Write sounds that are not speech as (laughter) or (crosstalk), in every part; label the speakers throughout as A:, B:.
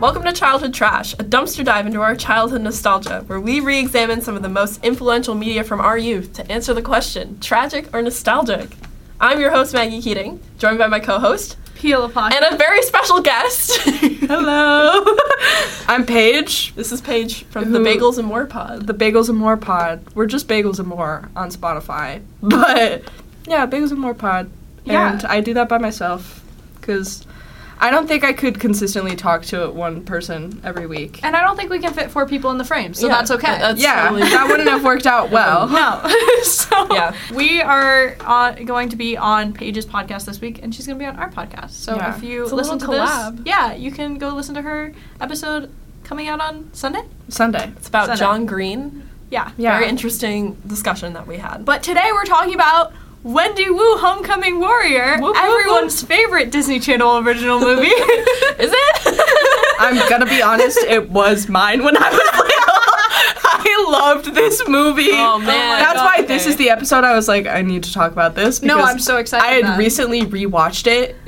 A: Welcome to Childhood Trash, a dumpster dive into our childhood nostalgia, where we re examine some of the most influential media from our youth to answer the question tragic or nostalgic? I'm your host, Maggie Keating, joined by my co host,
B: Peel apart.
A: and a very special guest. (laughs)
C: (laughs) Hello. I'm Paige,
A: this is Paige from the
C: Who-
A: Bagels and More Pod.
C: the Bagels and More Pod. We're just Bagels and More on Spotify. But Uh, yeah, Bagels and More Pod.
B: Yeah.
C: And I do that by myself because I don't think I could consistently talk to one person every week.
B: And I don't think we can fit four people in the frame, so
A: Yeah,
B: that's okay.
A: that-
C: (laughs)
A: that's-
C: yeah,
A: totally-
C: that wouldn't have worked out well.
B: no. (laughs) so
A: (laughs) Yeah.
B: we are uh, going to be on Paige's podcast this week, and she's going to be on our podcast. So
C: Yeah.
B: if you
A: It's a
B: listen to
A: little collab.
B: this, yeah, you can go listen to her episode coming out on Sunday.
C: (laughs) Sunday.
A: (laughs) It's about
B: Set up.
A: John Green.
B: Yeah.
C: Yeah.
A: Very interesting discussion that we had.
B: But today we're talking about Wendy Wu, Homecoming Warrior,
A: Whoop, whoop,
B: everyone's favorite Disney Channel original
C: (laughs)
A: (laughs)
B: movie.
A: Is it?
C: I'm gonna be honest, it was mine when I was little. (laughs) I loved this movie.
A: Oh, man.
C: That's
B: God,
C: why
B: okay.
C: this is the episode I was like, I need to talk about this.
B: No,
C: because
B: I'm so excited
C: I had
B: then.
C: recently rewatched it (laughs)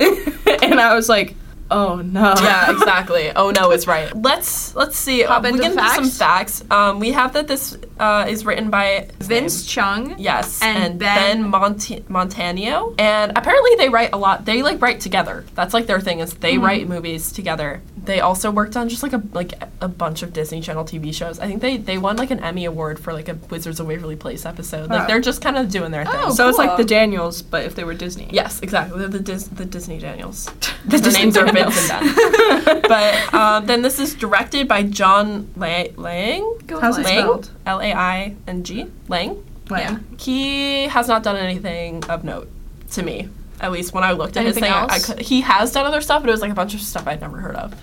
C: and I was like, oh no.
A: (laughs)
C: (laughs)
A: yeah, exactly. Oh no, it's right. Let's let's see.
B: Hop
A: we
B: into
A: can
B: facts?
A: do some facts. Um, we have that this uh, is written by
B: Vince Chung.
A: Yes,
B: and
A: and,
B: Ben-
A: Ben, Monti- Montano, and apparently they write a lot. They like write together. That's like their thing is they write movies together. They also worked on just like a like a bunch of Disney Channel TV shows. I think they they won like an Emmy award for like a Wizards of Waverly Place episode. Like
C: Wow.
A: they're just kind of doing their thing.
B: Oh,
C: So it's like
B: cool.
C: the Daniels, but if they were Disney.
A: Yes, exactly. They're the Dis- the Disney Daniels.
C: The
A: Their
C: Disney
A: names are
C: Daniels.
A: Vince and
C: (laughs)
A: Ben. but um, then this is directed by John La- Lang.
B: Go
C: How's it
B: Lang.
A: Lang.
C: spelled?
A: L A I N G. Lang.
C: Like,
B: Yeah.
A: He has not done anything of note to me. At least when I looked at his thing,
B: Anything
A: I- I
B: else?
A: could, he has done other stuff, but it was like a bunch of stuff I'd never heard of.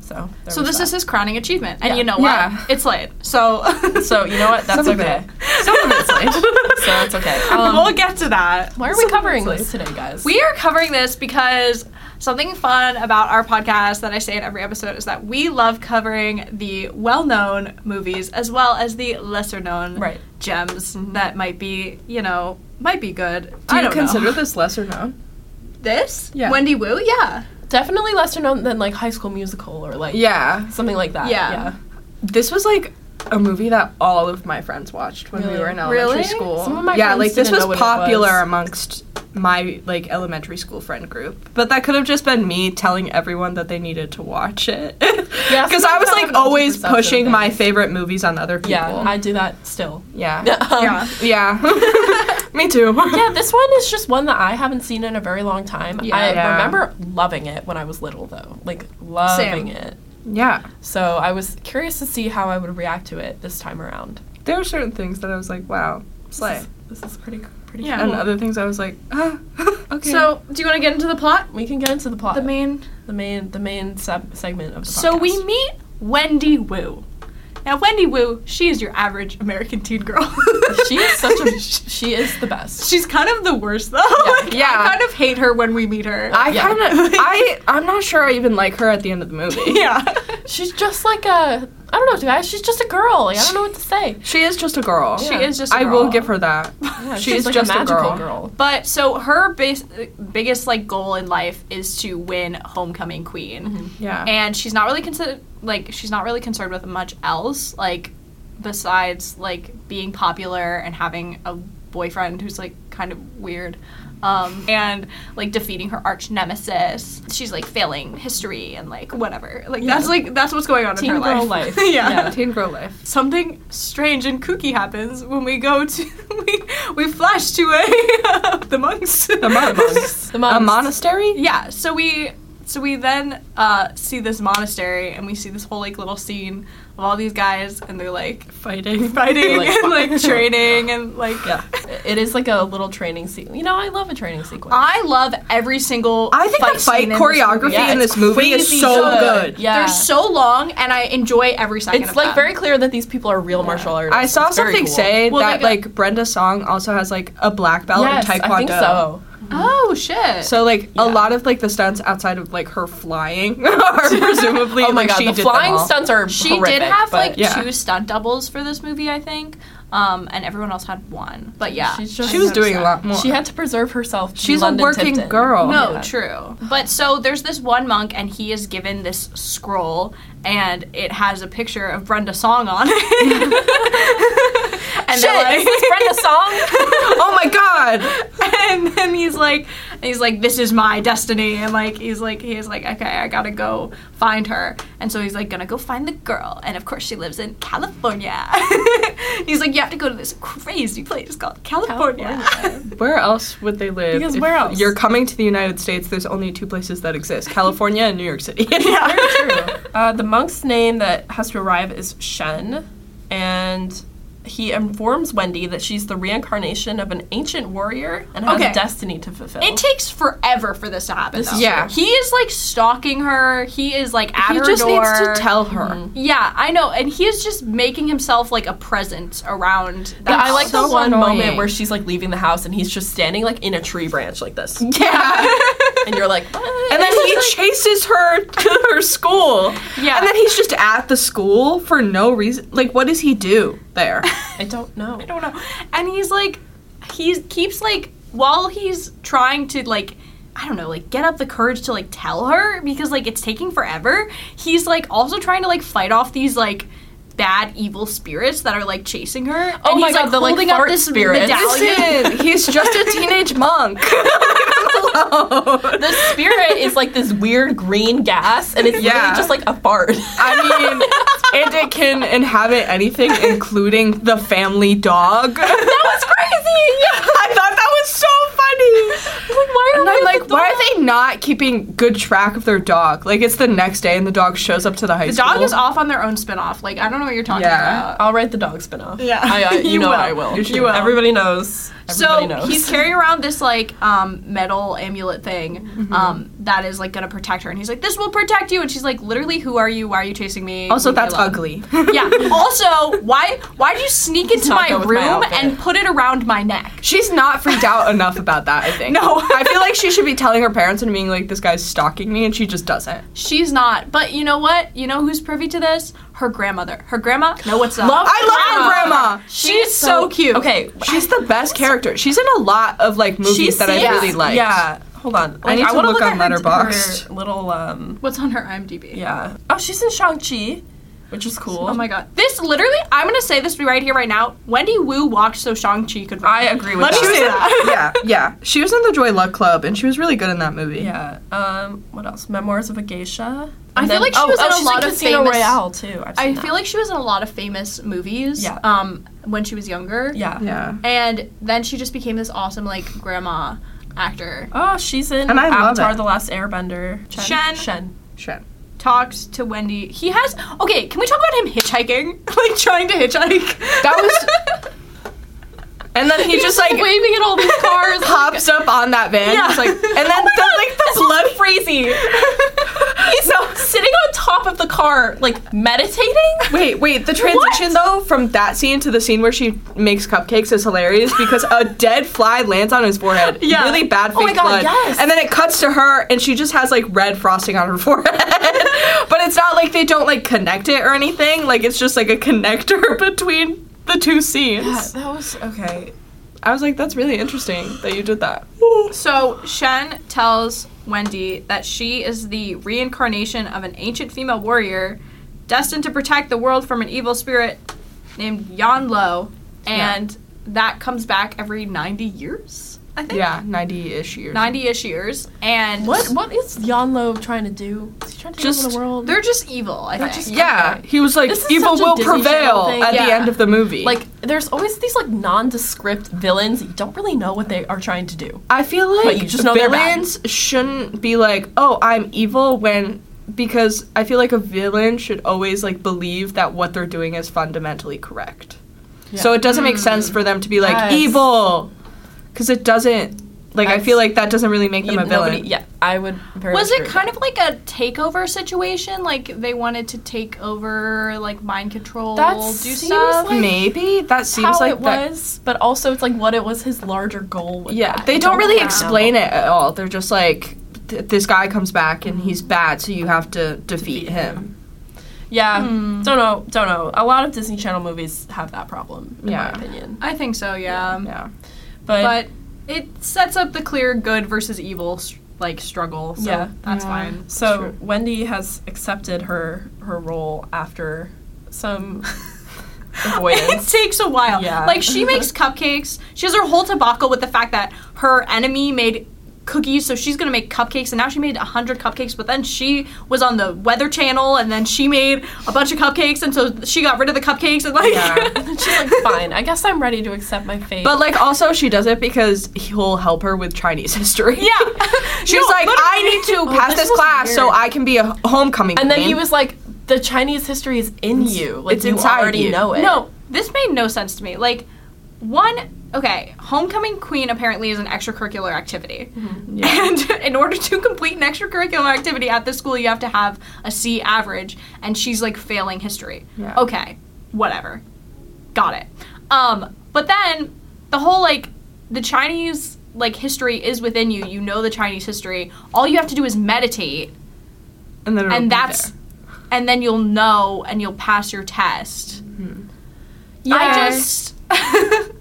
A: So, there
B: So
A: was
B: this
A: that.
B: is his crowning achievement, and
A: Yeah.
B: you know what?
C: Yeah.
B: It's late. So,
A: (laughs) So you know what? That's
C: Some of
A: okay. (laughs)
C: Some of it's like.
A: So that's okay. Um,
B: (laughs) we'll get to that.
A: why are we covering this today, guys?
B: We are covering this because something fun about our podcast that I say in every episode is that we love covering the well-known movies as well as the lesser-known
A: Right. Mm-hmm.
B: gems that might be, you know, might be good.
C: Do
B: I
C: you
B: don't
C: consider
B: know.
C: this lesser known?
B: this
C: Yeah.
B: Wendy Wu? Yeah.
A: definitely lesser known than like High School Musical or like
C: Yeah.
A: something like that.
B: Yeah.
A: yeah.
C: This was like a movie that all of my friends watched when
A: Really?
C: we were in elementary
B: Really?
C: school.
A: Some of my
C: yeah,
A: friends
C: like this
A: didn't
C: was
A: know what it
C: popular
A: was.
C: amongst my like elementary school friend group. But that could have just been me telling everyone that they needed to watch it. (laughs)
A: Yeah,
C: Cuz I
A: sometimes
C: was
A: I have
C: like
A: an
C: always
A: anti-perception
C: pushing
A: thing.
C: my favorite movies on other people.
A: Yeah, I do that still.
C: yeah.
A: Um,
B: yeah.
C: (laughs) Yeah. me too.
A: yeah, this one is just one that I haven't seen in a very long time.
B: Yeah.
A: I
C: Yeah.
A: remember loving it when I was little, though. Like, loving
B: Same.
A: it.
C: (laughs) Yeah.
A: So I was curious to see how I would react to it this time around.
C: There were certain things that I was like, wow, slay.
A: This is, this is pretty, pretty
B: Yeah.
A: cool.
C: and other things I was like,
A: (laughs)
C: ah, Oh. okay.
B: So, do you want to get into the plot?
A: We can get into the plot.
B: The main
A: the main, the main sub segment of the
B: So we (laughs)
A: podcast.
B: meet Wendy Wu. Now Wendy Wu, she is your average American teen (laughs) girl.
A: she is such
B: (laughs)
A: a. She is the best.
B: She's kind of the worst though. (laughs) Like,
C: Yeah.
B: I kind of hate her when we meet her.
C: I
A: Yeah. (laughs)
C: kind of, I, I'm not sure I even like her at the end of the movie.
B: (laughs) yeah.
A: She's just like a. I don't know, guys. She's just a girl. Like, I don't know what to say.
C: She is just a girl.
B: She
A: Yeah.
B: is just. a
C: I will
B: girl.
C: give her that.
A: Yeah,
C: She
A: she's
C: is
A: like
C: just
A: a
C: a
A: magical
C: girl.
A: girl.
B: But so her base, biggest like goal in life is to win homecoming queen,
C: Yeah.
B: and she's not really considered like she's not really concerned with much else like besides like being popular and having a boyfriend who's like kind of weird. Um, and like defeating her arch nemesis, she's like failing history and like whatever. Like
A: Yeah.
B: that's like that's what's going on
A: Teen
B: in her
A: girl life.
B: life. (laughs)
A: Yeah.
C: Teen girl life.
B: something strange and kooky happens when we go to (laughs) we, we flash to a (laughs) the monks the
C: (laughs) monks.
A: The mom.
C: A monastery?
B: yeah so we so we then uh, see this monastery and we see this whole like little scene of all these guys and they're like
C: Fighting.
A: (laughs) They're, (laughs)
B: fighting
C: (laughs)
A: like,
B: and like training and like
A: Yeah. It is like a little training sequence. You know, I love a training sequence.
B: I love every single
C: I think
B: fight
C: the fight
B: scene in
C: choreography
A: Yeah,
C: in
A: it's
C: this movie
A: crazy
C: is so
A: good.
C: good.
A: Yeah.
B: They're so long and I enjoy every second
A: it's
B: of
A: like
B: them.
A: very clear that these people are real martial artists.
C: I saw
A: It's very
C: something
A: cool. uh,
C: say
B: Well,
C: that
B: they got-
C: like Brenda Song also has like a black belt
A: Yes,
C: in Taekwondo.
A: I think so.
B: Oh shit.
C: So like
A: Yeah.
C: a lot of like the stunts outside of like her flying (laughs) are presumably
A: (laughs) oh my
C: like,
A: god,
C: she
A: the
C: did them
A: flying
C: all.
A: stunts are
B: She
A: horrific,
B: did have
A: but-
B: like
C: Yeah.
B: two stunt doubles for this movie, I think. um, and everyone else had one. But yeah,
A: She's just-
C: She was doing a lot more.
A: She had to preserve herself. to
C: She's a
A: London
C: working
A: Tipton.
C: girl.
B: No,
A: Yeah.
B: true. But so there's this one monk, and he is given this scroll, and it has a picture of Brenda Song on
A: (laughs)
B: it. and
A: Shit,
B: they're
A: is this Brenda Song?
C: (laughs) oh my god!
B: (laughs) and then he's like, and he's like, this is my destiny, and like he's like, he's like, okay, I gotta go find her, and so he's like, gonna go find the girl, and of course she lives in California. (laughs) he's like, you have to go to this crazy place called California. (laughs)
A: California.
C: Where else would they live?
A: Because
C: if
A: where else?
C: You're coming to the United States. There's only two places that exist: California and New York (laughs) City.
A: Very true. (laughs) Uh, the monk's name that has to arrive is Shen, and he informs Wendy that she's the reincarnation of an ancient warrior and has
B: Okay.
A: a destiny to fulfill.
B: It takes forever for this to happen.
A: This
B: though.
A: is
C: Yeah.
B: he is like stalking her. He is like at
C: he
B: her
C: just
B: door.
C: needs to tell her.
B: Yeah, I know, and he is just making himself like a presence around. That
A: But I like
C: so
A: the one
C: annoying.
A: moment where she's like leaving the house and he's just standing like in a tree branch like this, and
C: Yeah.
A: you're like, what?
C: (laughs) And then he chases her to her school.
B: Yeah.
C: (laughs) And then he's just at the school for no reason. Like, what does he do there?
A: I don't know.
B: I don't know. And he's like, he keeps like while he's trying to like. I don't know, like get up the courage to like tell her because like it's taking forever. He's like also trying to like fight off these like bad evil spirits that are like chasing her.
A: Oh
B: and
A: my
B: he's,
A: God, the, like,
B: holding up
A: fart
B: this
A: spirits.
B: medallion.
C: (laughs) Listen, (laughs) he's just a teenage monk.
A: The spirit is like this weird green gas, and it's
C: Yeah.
A: literally just like a fart. (laughs)
C: I mean, and it can inhabit anything, including the family dog.
A: that was crazy.
C: I thought that was so funny.
A: Like, why are
C: And
A: we
C: I'm
A: at
C: like,
A: the
C: why
A: door?
C: are they not keeping good track of their dog? Like, it's the next day and the dog shows up to the high
B: The
C: school.
B: dog is off on their own spinoff. Like I don't know what you're talking
C: Yeah.
B: about.
A: I'll write the dog spinoff.
B: Yeah.
A: I, I, you,
B: You
A: know
B: will.
A: I will.
C: (laughs) You should. You will.
A: Everybody knows. Everybody
B: So
A: knows.
B: he's carrying around this like um, metal amulet thing
A: Mm-hmm.
B: um, that is like gonna protect her, and he's like, "This will protect you," and she's like, "Literally, who are you? Why are you chasing me?"
C: Also,
B: Leave me
C: that's
B: alone."
C: ugly.
B: (laughs) Yeah. Also, why why did you sneak into
A: not
B: my
A: go with my
B: room
A: outfit.
B: and put it around my neck?
C: She's not freaked out enough about that,
A: (laughs)
C: I think.
B: No.
C: I feel like she should be telling her parents and being like, this guy's stalking me, and she just doesn't.
B: She's not. But you know what? You know who's privy to this? Her grandmother. Her grandma. No, what's up?
A: Love-
C: I love her
A: Grandma.
C: grandma.
B: She's, so, cute.
A: Okay.
C: She's the best character. She's in a lot of like movies
A: She's
C: that I
A: yeah,
C: really like.
A: Yeah. Hold on. Like,
C: need to
A: wanna
C: look on
A: at her-
C: Letterboxd.
A: her Little um.
B: What's on her IMDb?
A: Yeah. Oh, she's in Shang Chi, which is cool.
B: Oh my god. This literally, I'm gonna say this right here, right now. Wendy Wu walked so Shang-Chi could run.
A: I agree with
B: Let
A: that.
B: me
C: She was
B: say (laughs)
C: in,
B: that.
C: yeah, yeah. She was in the Joy Luck Club, and she was really good in that movie.
A: Yeah. Um. What else? Memoirs of a Geisha.
B: I
A: And oh,
B: feel like she was in a
A: she's
B: lot of
A: Casino
B: famous-
A: Royale too. I've seen
B: I
A: that.
B: feel like she was in a lot of famous movies
A: Yeah.
B: um, when she was younger.
A: Yeah.
C: Yeah.
B: And then she just became this awesome, like, grandma actor.
A: Oh, she's in
C: And I love
A: Avatar:
C: it.
A: The Last Airbender. Shen.
B: Shen.
A: Shen.
C: Shen.
B: Talks to Wendy. He has. Okay, can we talk about him hitchhiking? (laughs) like, trying to hitchhike?
C: That
B: (laughs)
C: And then he just like
B: waving at all these cars.
C: hops up on that
B: (laughs)
C: van.
B: Yeah. Oh
C: It's like, and
A: (laughs)
C: then the, like the blood crazy.
A: (gasps) He's (laughs) sitting on top of the car, like meditating. (laughs)
C: Wait, wait. The transition though from that scene to the scene where she makes cupcakes is hilarious because
A: (laughs)
C: a dead fly lands on his forehead.
B: Yeah.
C: Really bad fake
A: Oh my God,
C: blood.
A: yes.
C: And then it cuts to her and she just has like red frosting on her (laughs) forehead. but it's not like they don't like connect it or anything. Like it's just like a connector (laughs) between the two scenes.
A: that was okay.
C: I was like, that's really interesting that you
A: (laughs)
C: did that.
B: So Shen tells Wendy that she is the reincarnation of an ancient female warrior destined to protect the world from an evil spirit named Yanlo, and that comes back every 90 years, I think.
C: Yeah, 90 ish years.
B: 90 ish years. And
A: What what is Yanlo trying to do? Is he trying to take
C: Just-
A: over the world?
B: they're just evil, I think.
A: just-
C: Yeah, he was like,
A: This is
C: evil
A: such a
C: will
A: Disney Channel
C: prevail
A: thing.
C: at the
B: Yeah.
C: end of the movie.
A: Like there's always these like nondescript villains. that You don't really know what they are trying to do.
C: I feel like
A: But you just know they're bad.
C: villains shouldn't be like, oh, I'm evil when because I feel like a villain should always like believe that what they're doing is fundamentally correct. So it doesn't make sense for them to be like
A: Hmm. Yes.
C: evil because it doesn't. Like I
A: That's-
C: feel like that doesn't really make them
A: You-
C: a villain.
A: nobody- yeah, I would. Very
B: was
A: much
B: it
A: agree
B: kind
A: with
B: of like a takeover situation? Like they wanted to take over, like mind control,
A: That
B: do
A: seems
B: stuff?
A: like-
C: Maybe that seems
A: how
C: like
A: it
C: that.
A: was, but also it's like what it was his larger goal. With
C: Yeah,
A: that.
C: they
A: I
C: don't really
A: know.
C: explain it at all. They're just
B: Mm-hmm.
C: like, th- this guy comes back and he's bad, so you have to defeat him.
A: Yeah,
B: Hmm.
A: don't know, don't know. A lot of Disney Channel movies have that problem, in
C: Yeah.
A: my opinion.
B: I think so, yeah.
C: Yeah.
A: But,
B: But it sets up the clear good versus evil s- like struggle. So
A: Yeah.
B: that's
C: Yeah.
B: fine.
A: so
C: true.
A: Wendy has accepted her her role after
C: (laughs)
A: some (laughs)
B: (laughs) it
A: avoidance.
B: takes a while.
A: Yeah.
B: Like she
C: (laughs)
B: makes cupcakes. She has her whole debacle with the fact that her enemy made cookies, so she's gonna make cupcakes, and now she made a hundred cupcakes. But then she was on the Weather Channel, and then she made a bunch of cupcakes, and so she got rid of the cupcakes, and like.
C: Yeah.
A: She's like, fine. I guess I'm ready to accept my fate.
C: But like also she does it because he'll help her with Chinese (laughs) history.
B: (laughs) Yeah.
C: She was
B: No,
C: like,
B: literally. Oh, (laughs)
C: I need to pass
A: this
C: this
A: was
C: class so
A: weird.
C: I can be a homecoming.
A: and then he
C: queen."
A: was like, "The Chinese history is in you. Like
C: it's
A: you
C: inside
A: already
C: you."
A: know it."
B: No, this made no sense to me. Like, one, okay, Homecoming Queen apparently is an extracurricular activity.
C: Mm-hmm.
B: (laughs) And in order to complete an extracurricular activity at the school, you have to have a C average, and she's like failing history.
C: Yeah.
B: Okay, whatever. Got it. Um, but then the whole like, the Chinese like history is within you. You know the Chinese history. All you have to do is meditate
C: and then it'll be
B: and that's
C: there.
B: and then you'll know and you'll pass your test. I (laughs) just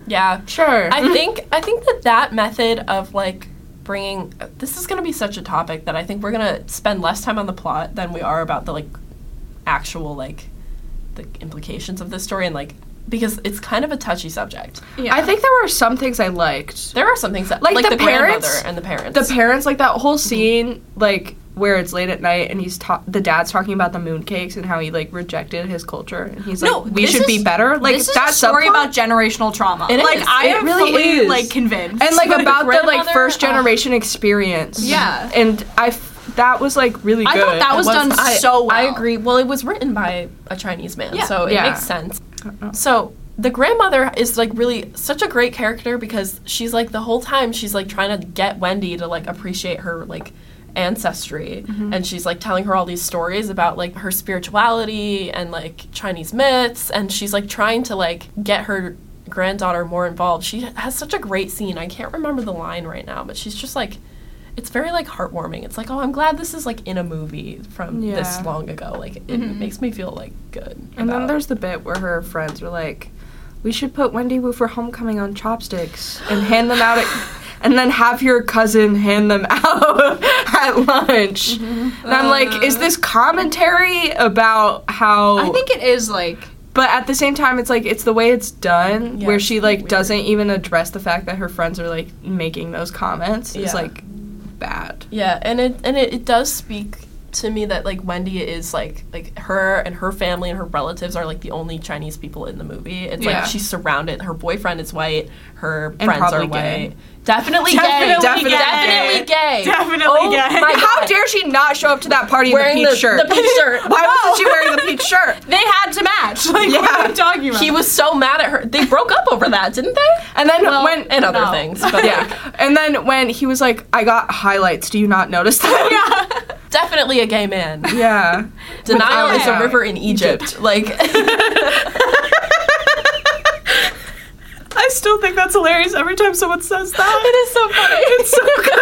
A: Yeah.
C: sure.
A: I think I think that that method of like bringing this is going to be such a topic that I think we're going to spend less time on the plot than we are about the like actual like the implications of this story and like because it's kind of a touchy subject.
B: yeah.
C: I think there were some things I liked.
A: There are some things that
C: Like
A: like,
C: the
A: the,
C: parents-
A: grandmother and the parents.
C: The parents, like that
B: Mm-hmm.
C: whole scene, like where it's late at night and he's ta- the dad's talking about the mooncakes and how he like rejected his culture and he's like,
B: No,
C: we
B: this
C: should be
B: is-
C: better. Like
B: this is
C: that
B: a story
C: subplot-
B: about generational trauma.
A: It
B: like
A: is.
B: I
C: It
B: am
C: really
B: fully
C: is.
B: like convinced.
C: and (laughs) like Oh. about the like
A: grandmother-
C: first generation experience.
B: Yeah.
C: and I f- that was like really.
B: I
C: good.
B: thought that
C: It
B: was done
A: I,
B: so well.
A: I agree. Well, it was written by a Chinese man,
B: Yeah.
A: so it
C: Yeah.
A: makes sense.
C: know.
A: So the grandmother is like really such a great character because she's like the whole time she's like trying to get Wendy to like appreciate her like ancestry
C: Mm-hmm.
A: and she's like telling her all these stories about like her spirituality and like Chinese myths and she's like trying to like get her granddaughter more involved. She has such a great scene. I can't remember the line right now, but she's just like it's very like heartwarming. It's like, oh, I'm glad this is like in a movie from this
C: Yeah. Mm-hmm.
A: long ago. Like it makes me feel like good.
C: And then
A: about-
C: there's the bit where her friends were like, "We should put Wendy Wu for homecoming on chopsticks and hand them (laughs) out, at, and then have your cousin hand them (laughs) out at lunch." And I'm like, "Is this commentary about how?"
B: I think it is like
C: but at the same time, it's like it's the way it's done,
A: Yeah,
C: where
A: it's
C: she
A: kinda
C: like
A: weird.
C: doesn't even address the fact that her friends are like making those comments. It's
A: Yeah.
C: like bad.
A: Yeah, and it and it, it does speak to me that like Wendy is like like her and her family and her relatives are like the only Chinese people in the movie. It's
C: Yeah.
A: like she's surrounded. Her boyfriend is white. Her
C: And
A: friends are
C: probably gay.
A: white. Definitely, gay.
C: Definitely gay.
A: Definitely gay.
B: Definitely
A: oh
B: gay.
A: My
C: How
A: God.
C: dare she not show up to that party
A: wearing
C: in the
A: the,
C: peach shirt?
A: the pink shirt?
C: Why wasn't she wearing the peach shirt?
B: they had to match. (laughs) Like what
C: Yeah.
B: are you talking about?
A: He was so mad at her. They broke up over that, didn't they?
C: And (laughs) then when
A: and other
B: no.
A: things, but yeah.
C: yeah. And then when he was like, I got highlights, do you not notice (laughs) that?
B: (laughs) yeah.
A: definitely a gay man.
C: (laughs) Yeah. yeah.
A: Denial is
B: Yeah.
A: a river in Egypt. Like, (laughs)
C: I still think that's hilarious every time someone says that.
A: It is so funny.
C: (laughs) It's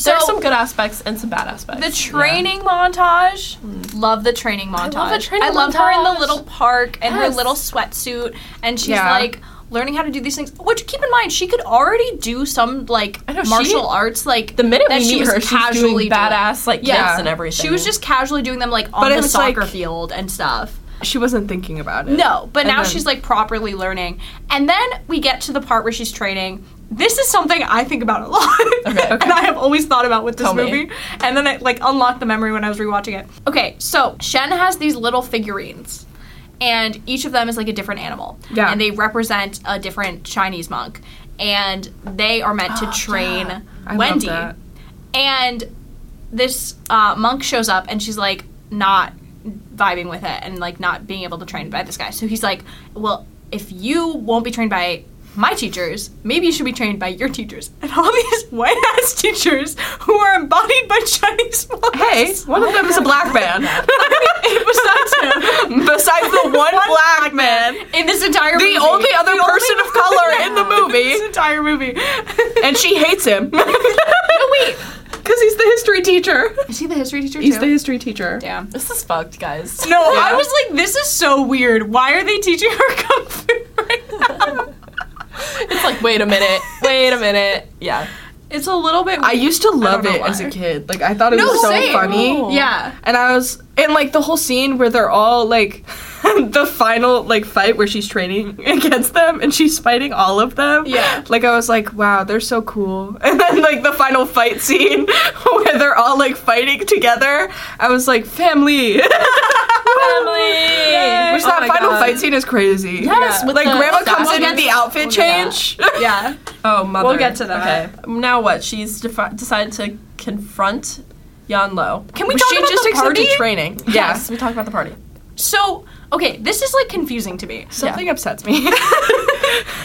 C: so good.
A: there's some good aspects and some bad aspects.
B: The training montage. Love the training montage.
A: love a training
B: I love her in the
A: montage.
B: little park and her
A: Yes.
B: little sweatsuit, and she's
C: Yeah.
B: like learning how to do these things. Which keep in mind, she could already do some like
A: I know, she-
B: martial arts. Like
A: The minute
B: that
A: we
B: she
A: meet
B: was
A: her, she's
B: casually
A: doing
B: doing.
A: badass like
B: Yeah.
A: kicks and everything.
B: She was just casually doing them like on
C: But it
B: the
C: was,
B: soccer
C: like-
B: field and stuff.
C: She wasn't thinking about it.
B: No, but
C: And
B: now
C: then-
B: she's like properly learning. And then we get to the part where she's training. This is something I think about a lot.
A: Okay.
B: (laughs) and I have always thought about with this
A: Tell me.
B: movie. And then it like unlocked the memory when I was rewatching it. Okay, so Shen has these little figurines. And each of them is like a different animal.
C: Yeah.
B: And they represent a different Chinese monk. And they are (gasps) meant to train
C: I love
B: Wendy.
C: that.
B: And this uh, monk shows up and she's like not vibing with it and like not being able to train by this guy. So he's like, well, if you won't be trained by my teachers, maybe you should be trained by your teachers. And all these (laughs) white ass teachers who are embodied by Chinese monks. (laughs)
C: Hey, one of them is a black (laughs) man.
B: besides him, (laughs)
C: Besides the one, black man,
B: in this entire
C: the
B: movie,
C: only other person of
B: (laughs)
C: color in the
B: this
C: movie,
B: entire movie.
C: (laughs) and she hates him.
B: No, wait.
C: because he's the history teacher.
B: Is he the history teacher
C: He's
B: too?
C: the history teacher.
B: Damn.
A: This is fucked, (laughs) guys.
B: No,
C: Yeah.
B: I was like, this is so weird. Why are they teaching her (laughs) kung fu right now?
A: It's like, wait a minute, wait a minute. Yeah.
B: It's a little bit.
C: I used to love
B: know
C: it as
B: why.
C: a kid. Like I thought it
B: No,
C: was so
B: same.
C: funny.
A: Oh.
B: yeah.
C: And I was and like the whole scene where they're all like (laughs) the final like fight where she's training (laughs) against them and she's fighting all of them.
B: Yeah.
C: Like I was like, wow, they're so cool. (laughs) And then like the final fight scene (laughs) where they're all like fighting together. I was like, family. (laughs) Oh Which
A: Family.
C: that final fight scene is crazy.
A: Yes,
B: Yeah.
A: with
C: Like
A: the
C: grandma
A: staff.
C: comes
A: We'll
C: in
A: get
C: with the
A: to-
C: outfit
A: we'll get
C: change.
B: Yeah.
A: to that. Oh, mother.
B: We'll get to that.
A: Okay. Now what? She's defi- decided to confront Yanlo.
B: Can we talk
C: she
B: about
C: just
B: the
C: accepted
B: party?
C: training. (laughs) Yeah.
A: Yes, we talked about the party.
B: So, okay, this is like confusing to me.
C: Something upsets me. (laughs)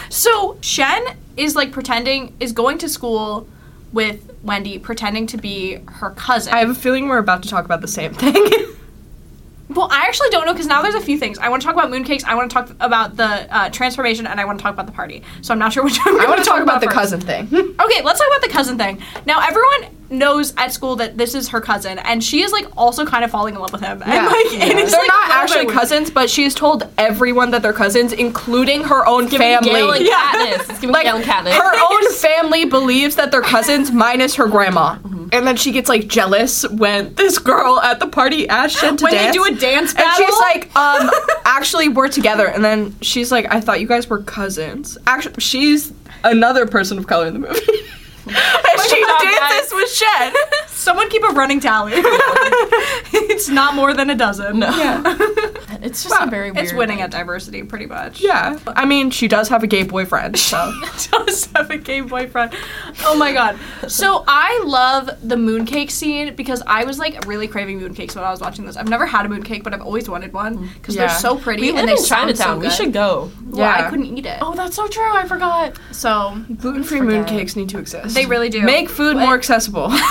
B: So Shen is like pretending is going to school with Wendy, pretending to be her cousin.
C: I have a feeling we're about to talk about the same thing. (laughs)
B: well, I actually don't know because now there's a few things I want to talk about. Mooncakes. I want to talk about the uh, transformation, and I want to talk about the party. So I'm not sure which I'm
C: I
B: going
C: want
B: to
C: to talk about the
B: first.
C: cousin thing.
B: Okay, let's talk about the cousin thing. Now everyone knows at school that this is her cousin, and she is like also kind of falling in love with him. (laughs) And like it is
C: they're
B: like,
C: not
B: a little
C: actually
B: bit weird.
C: cousins, but she's told everyone that they're cousins, including her own family.
A: Gail and
C: Yeah.
A: Katniss. It's giving
C: Like
A: Gail and Katniss.
B: (laughs)
C: her own family believes that they're cousins, minus her grandma,
B: Mm-hmm.
C: and then she gets like jealous when this girl at the party asks Shen to
B: When they
C: dance.
B: do a dance
C: and
B: battle?
C: she's
B: (laughs)
C: like, um, actually we're together. And then she's like, I thought you guys were cousins. Actually, she's another person of color in the movie, (laughs) and she
B: God,
C: dances with Shen.
B: (laughs) Someone keep a running (laughs) tally. it's not more than a dozen. No.
A: (laughs) It's just a very weird.
B: It's winning at diversity, pretty much. (laughs)
C: Yeah. I mean, she does have a gay boyfriend, so.
B: does have a gay boyfriend. Oh my god. So I love the mooncake scene because I was like really craving mooncakes when I was watching this. I've never had a mooncake, but I've always wanted one because
C: Yeah.
B: they're so pretty
A: We
B: and
A: live
B: they
A: in
B: sound
A: Chinatown.
B: So
A: we
B: good.
A: should go.
B: Yeah,
C: Yeah.
B: I couldn't eat it.
A: Oh, that's so true. I forgot.
B: So
C: Gluten free
A: Forget.
C: mooncakes need to exist.
B: they really do
C: Make food more (laughs) accessible.
B: (laughs)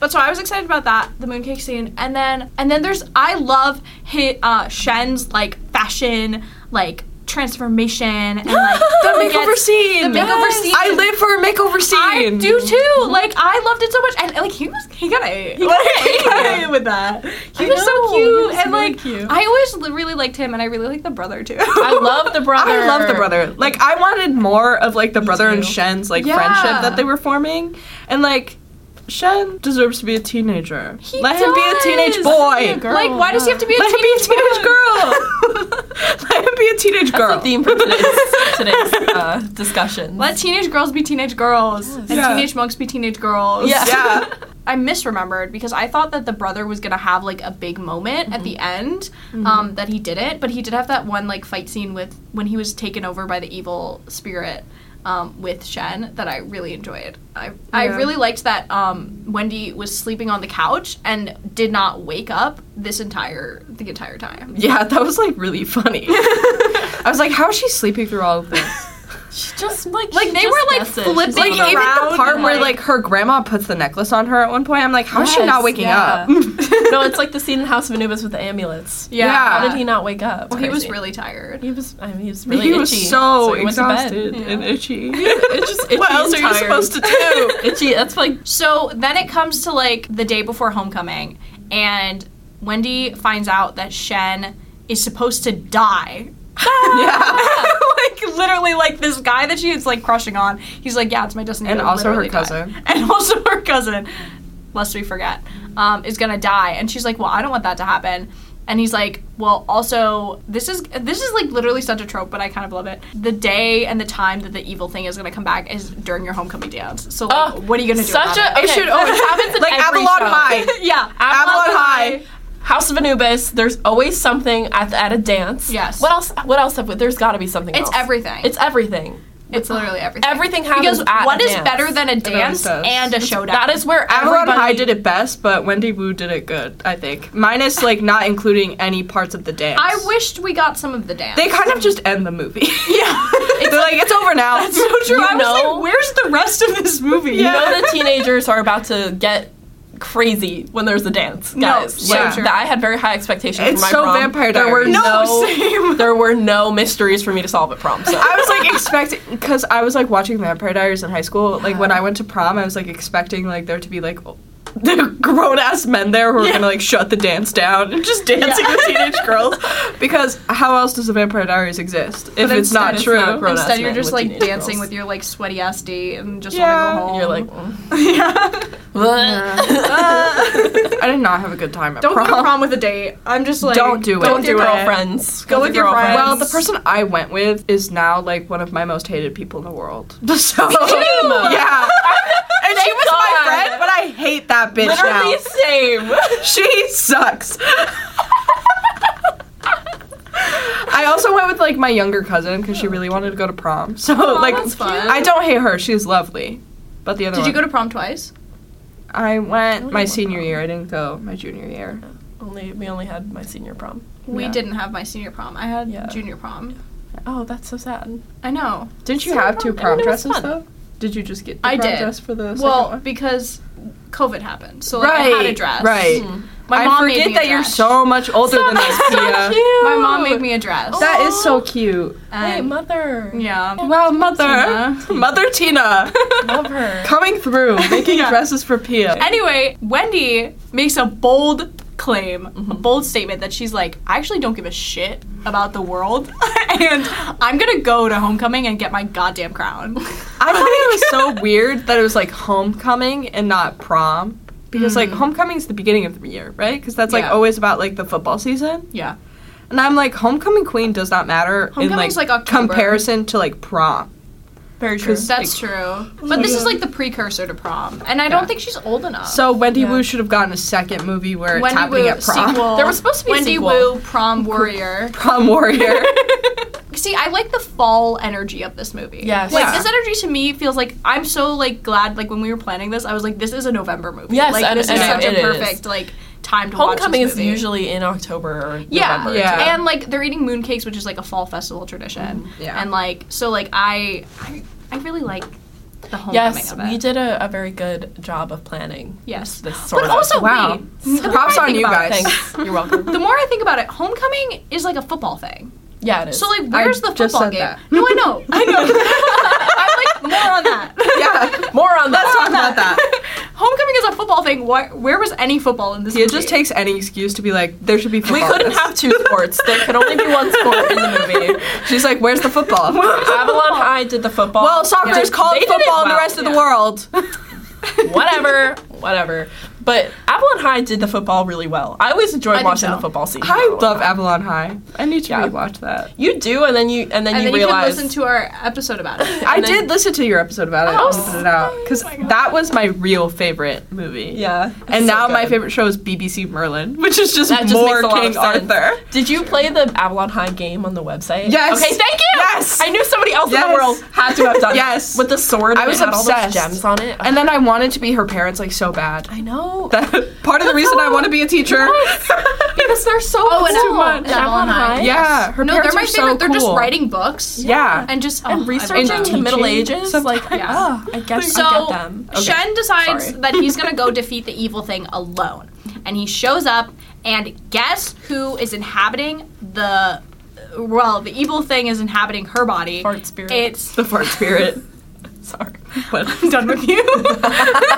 B: But so I was excited about that, the mooncake scene, and then and then there's I love hit uh, Shen's like fashion like transformation and
C: (laughs)
B: like gets-
C: scene.
B: the makeover Yes. scene.
C: I live for a makeover scene.
B: I do (laughs) too. Like I loved it so much, and like he was, he got a,
C: (laughs)
B: he got, a, with that. He
A: I
B: was
A: know,
B: so
A: he
B: cute,
A: was
B: and
A: really
B: like
A: cute.
B: I always li- really liked him, and I really like the brother too.
A: I
B: (laughs)
A: love the brother.
C: I love the brother. Like I wanted more of like the brother and
A: too.
C: Shen's like
B: Yeah.
C: friendship that they were forming, and like Shen deserves to be a teenager.
B: He
C: Let him be a
B: does.
A: Let him
C: teenage
A: be a
C: boy.
A: girl.
B: like why does he have to be a
C: Let him be a
B: teenage?
C: teenage girl. (laughs) Let him be a teenage
A: That's
C: girl.
A: the theme for today's,
C: (laughs)
A: today's uh, discussion.
B: Let teenage girls be teenage girls, and
C: Yeah.
B: teenage monks be teenage girls. (laughs)
A: Yeah.
C: yeah.
B: I misremembered because I thought that the brother was gonna have like a big moment at the end, um, that he didn't. But he did have that one like fight scene with when he was taken over by the evil spirit um, with Shen that I really enjoyed. I I
C: Yeah.
B: really liked that um, Wendy was sleeping on the couch and did not wake up this entire the entire time.
C: Yeah, (laughs) that was like really funny. I was like, how is she sleeping through all of this?
A: She just like
B: Like,
A: she
B: they
A: just
B: were, like,
A: does it.
B: flipping
A: She's
C: Like
A: a-
B: Like,
C: even the
B: around
C: part
B: and,
C: where
B: like-
C: like her grandma puts the necklace on her at one point, I'm like, how is she
A: Yes,
C: not waking
A: yeah. (laughs)
C: up?
A: no, it's like the scene in House of Anubis with the amulets.
C: Yeah.
A: How did he not wake up?
B: Well, he was
A: Crazy.
B: really tired.
A: He was. I mean, he was really.
C: (laughs) he
A: itchy,
C: was so,
A: he went to bed.
C: exhausted and itchy.
A: It's just itchy
C: what else
A: and
C: are you
A: tired.
C: supposed (laughs) to do?
A: (laughs) Itchy. That's like
B: So then it comes to like the day before homecoming, and Wendy finds out that Shen is supposed to die.
C: (laughs) yeah.
B: (laughs) like literally, like this guy that she is like crushing on. He's like, yeah, it's my destiny.
C: And
B: to
C: also her
B: literally die."
C: cousin.
B: (laughs) And also her cousin, lest we forget, um, is gonna die. And she's like, well, I don't want that to happen. And he's like, well, also this is this is like literally such a trope, but I kind of love it. The day and the time that the evil thing is gonna come back is during your homecoming dance. So
C: Ah,
B: like,
A: Oh,
B: what are you gonna do?
A: such
B: about
A: a.
B: it?
A: Okay,
C: should
A: this (laughs)
C: always-
A: happens in
C: like
A: every
C: Avalon
A: show.
B: (laughs)
C: High.
B: yeah.
C: Avalon High.
A: House of Anubis. There's always something at at a dance.
B: Yes.
A: What else? What else? Have we, there's got to be something.
B: It's
A: else.
B: everything.
A: It's everything.
B: It's literally everything.
A: Everything happens
B: Because
A: at
B: what
A: a
B: is
A: dance.
B: better than a dance
C: does.
B: and a showdown?
A: That is where
C: Avalon
A: everybody
C: High
A: (laughs)
C: did it best, but Wendy Wu did it good, I think. Minus like not including any parts of the dance.
B: I wished we got some of the dance.
C: they kind of just end the movie. (laughs)
B: yeah.
C: They're like, it's over now.
B: That's so true.
A: You
B: I was
A: know-
B: like, where's the rest of this movie?
A: You know
C: (laughs)
A: the teenagers are about to get crazy when there's a dance,
B: No,
A: guys.
B: so
A: like,
B: true.
A: that- I had very high expectations
C: It's
A: for my
C: so
A: prom.
C: Vampire
A: there were
C: Diaries.
A: no,
B: No, same.
A: there were no mysteries for me to solve at prom. So.
C: (laughs) I was like expecting because I was like (laughs) watching Vampire Diaries in high school. Like when I went to prom, I was like expecting like there to be like o- the grown ass men there who are gonna like shut the dance down and just dancing with
B: (laughs)
C: teenage girls. Because how else does the Vampire Diaries exist if it's
A: instead
C: not
A: it's
C: true?
A: not grown-ass
B: Instead, you're
A: men
B: just
A: with
B: like
A: teenage
B: dancing
A: girls.
B: with your like sweaty ass date and just
C: Yeah.
B: want to go home.
A: (laughs) You're like, "Mm."
B: (laughs) yeah.
C: (laughs)
A: (laughs)
C: I did not have a good time at
B: Don't
C: prom.
B: go to prom with a date. I'm just like,
C: Don't do it.
A: go with your
C: do it.
A: girlfriends.
B: Go with your friends.
C: Well, the person I went with is now like one of my most hated people in the world. (laughs) So
B: (laughs)
C: yeah, and she was my
A: God.
C: friend, but I hate that bitch
A: Literally
C: now.
A: same. (laughs)
C: (laughs) She sucks. I also went with like my younger cousin because she really wanted to go to prom. So like,
B: that's fun.
C: I don't hate her. She's lovely. But the other
B: Did you
C: one,
B: go to prom twice?
C: I went my
A: went
C: senior year. I didn't go my junior year.
A: only we only had my senior prom.
B: We
C: Yeah.
B: didn't have my senior prom. I had
A: Yeah.
B: junior prom.
A: Oh, that's so sad.
B: I know.
C: Didn't you
A: Senior
C: have two
A: prom- I
C: prom
A: mean, it was
C: dresses
A: fun.
C: though? Did you just get the
B: I
C: prom
B: did.
C: dress for the second
B: Well,
C: one?
B: because COVID happened, so like, I had a dress. Mm-hmm.
C: Right.
B: My
C: I
B: mom
C: forget
B: made me a
C: that you're
B: dress.
C: so much older
B: (laughs)
C: than us, Pia.
B: My mom made me a dress.
C: That is so cute.
A: Hey,
B: and,
A: mother.
B: yeah.
C: Wow, mother.
B: Tina. (laughs)
C: Mother Tina.
A: Love her.
C: Coming through, making
B: Yeah.
C: dresses for Pia.
B: Anyway, Wendy makes a bold claim, a bold statement that she's like, I actually don't give a shit about the world, (laughs) and I'm gonna go to homecoming and get my goddamn (laughs) crown.
C: I thought it was so weird that it was like homecoming and not prom. Because like homecoming is the beginning of the year, right? Because that's like
B: Yeah.
C: always about like the football season.
B: (laughs) yeah.
C: And I'm like, homecoming queen does not matter in like,
B: Homecoming's, like, October.
C: comparison to like prom.
A: Very true.
C: 'Cause-
B: That's true. Oh But this is like the precursor to prom, and I don't
C: Yeah.
B: think she's old enough.
C: So Wendy
A: Yeah.
C: Wu should have gotten a second movie where it's
B: Wendy
C: happening
B: Wu
C: at
B: (laughs)
C: prom.
B: sequel.
A: There was supposed to be a
B: Wendy
A: sequel.
B: Wu prom warrior.
C: (laughs) Prom warrior.
B: See, I like the fall energy of this movie.
A: Yes.
B: Like
C: Yeah.
B: this energy to me feels like I'm so like glad like when we were planning this, I was like, this is a November movie.
A: Yes,
B: Like
A: and-
B: this
A: and
B: is
A: it-
B: such a
A: it is.
B: perfect like time to watch.
A: Homecoming
B: this
A: is
B: movie.
A: usually in October or
B: yeah,
A: November.
C: Yeah.
A: too.
B: And like they're eating mooncakes, which is like a fall festival tradition.
A: Mm-hmm.
C: yeah.
B: And like so like I I, I really like the homecoming
A: Yes,
B: of it.
A: we did a, a very good job of planning.
B: Yes.
A: This
B: But
A: sort of.
B: also
C: Wow.
B: wait, the more
C: Props
B: I
C: on
B: think
C: you
B: about it-
C: guys.
A: Thanks. You're welcome.
B: The more I think about it, homecoming is like a football thing.
A: (laughs) Yeah, it is.
B: So like, where's the
C: just
B: football
C: said
B: game?
C: that.
B: No, I know,
C: (laughs)
B: I know. I'm like more on that.
C: yeah.
A: more on that.
C: Let's talk about that.
B: Homecoming is a football thing. Why, where was any football in this?
C: It
B: movie?
C: just takes any excuse to be like, there should be
A: We
C: football.
A: couldn't
C: this.
A: have two sports. There could only be one sport in the movie.
C: She's like, where's
A: (laughs)
C: the football?
A: Avalon High did the football.
C: (laughs) well, soccer's
A: They-
C: called
A: they did it
C: football in the
A: well.
C: rest of
B: yeah.
C: the
A: (laughs)
C: world.
A: whatever, whatever. But Avalon High did the football really well. I always enjoyed
B: think
A: watching
B: so.
A: the football scene.
C: I love Avalon High. I need to
A: Yeah.
C: rewatch that.
A: You do, and then you and then
B: and
A: you
B: then you
A: realize.
B: can listen to our episode about (laughs) it.
C: I
A: And then-
C: did listen to your episode about it.
A: Oh,
C: when you put it out because
B: my God.
C: that was my real favorite movie.
A: yeah,
C: And
A: It's so
C: now my
A: good.
C: favorite show is BBC Merlin, (laughs) which is just
A: That just
C: more
A: makes a lot
C: King
A: of sense.
C: Arthur.
A: Did you play the Avalon High game on the website?
C: Yes.
A: Okay, thank you.
C: Yes.
A: I knew somebody else in
C: Yes.
A: the world had to have done.
C: Yes.
A: It. With the sword.
C: I
A: and
C: was
A: it had
C: obsessed.
A: All those gems on it.
C: And then I wanted to be her parents like so bad.
A: I know.
C: (laughs) That part of the reason I want to be a teacher. (laughs)
A: (laughs) because they're so
B: Oh, and
A: cool.
B: Avalon-
A: And
B: and
A: Avalon
B: Avalon High.
A: High.
C: Yeah, her
B: no, they're
C: parents
B: my
C: are
B: favorite.
C: so
B: they're just
C: cool.
B: writing books.
C: Yeah.
B: And just oh,
A: And
B: I
A: researching
B: love
A: the
B: them.
A: Middle
C: teaching
A: Ages.
C: sometimes. (laughs)
A: Like,
B: Yeah.
A: ah, I guess
B: So
A: I get them. Oh,
B: Shen decides
A: Sorry.
B: that he's (laughs) gonna go defeat the evil thing alone, and he shows up. And guess who is inhabiting the? Well, the evil thing is inhabiting her body.
A: Fart spirit.
B: It's
C: the
A: (laughs)
C: fart spirit.
A: Sorry.
C: But
B: I'm done with you. (laughs)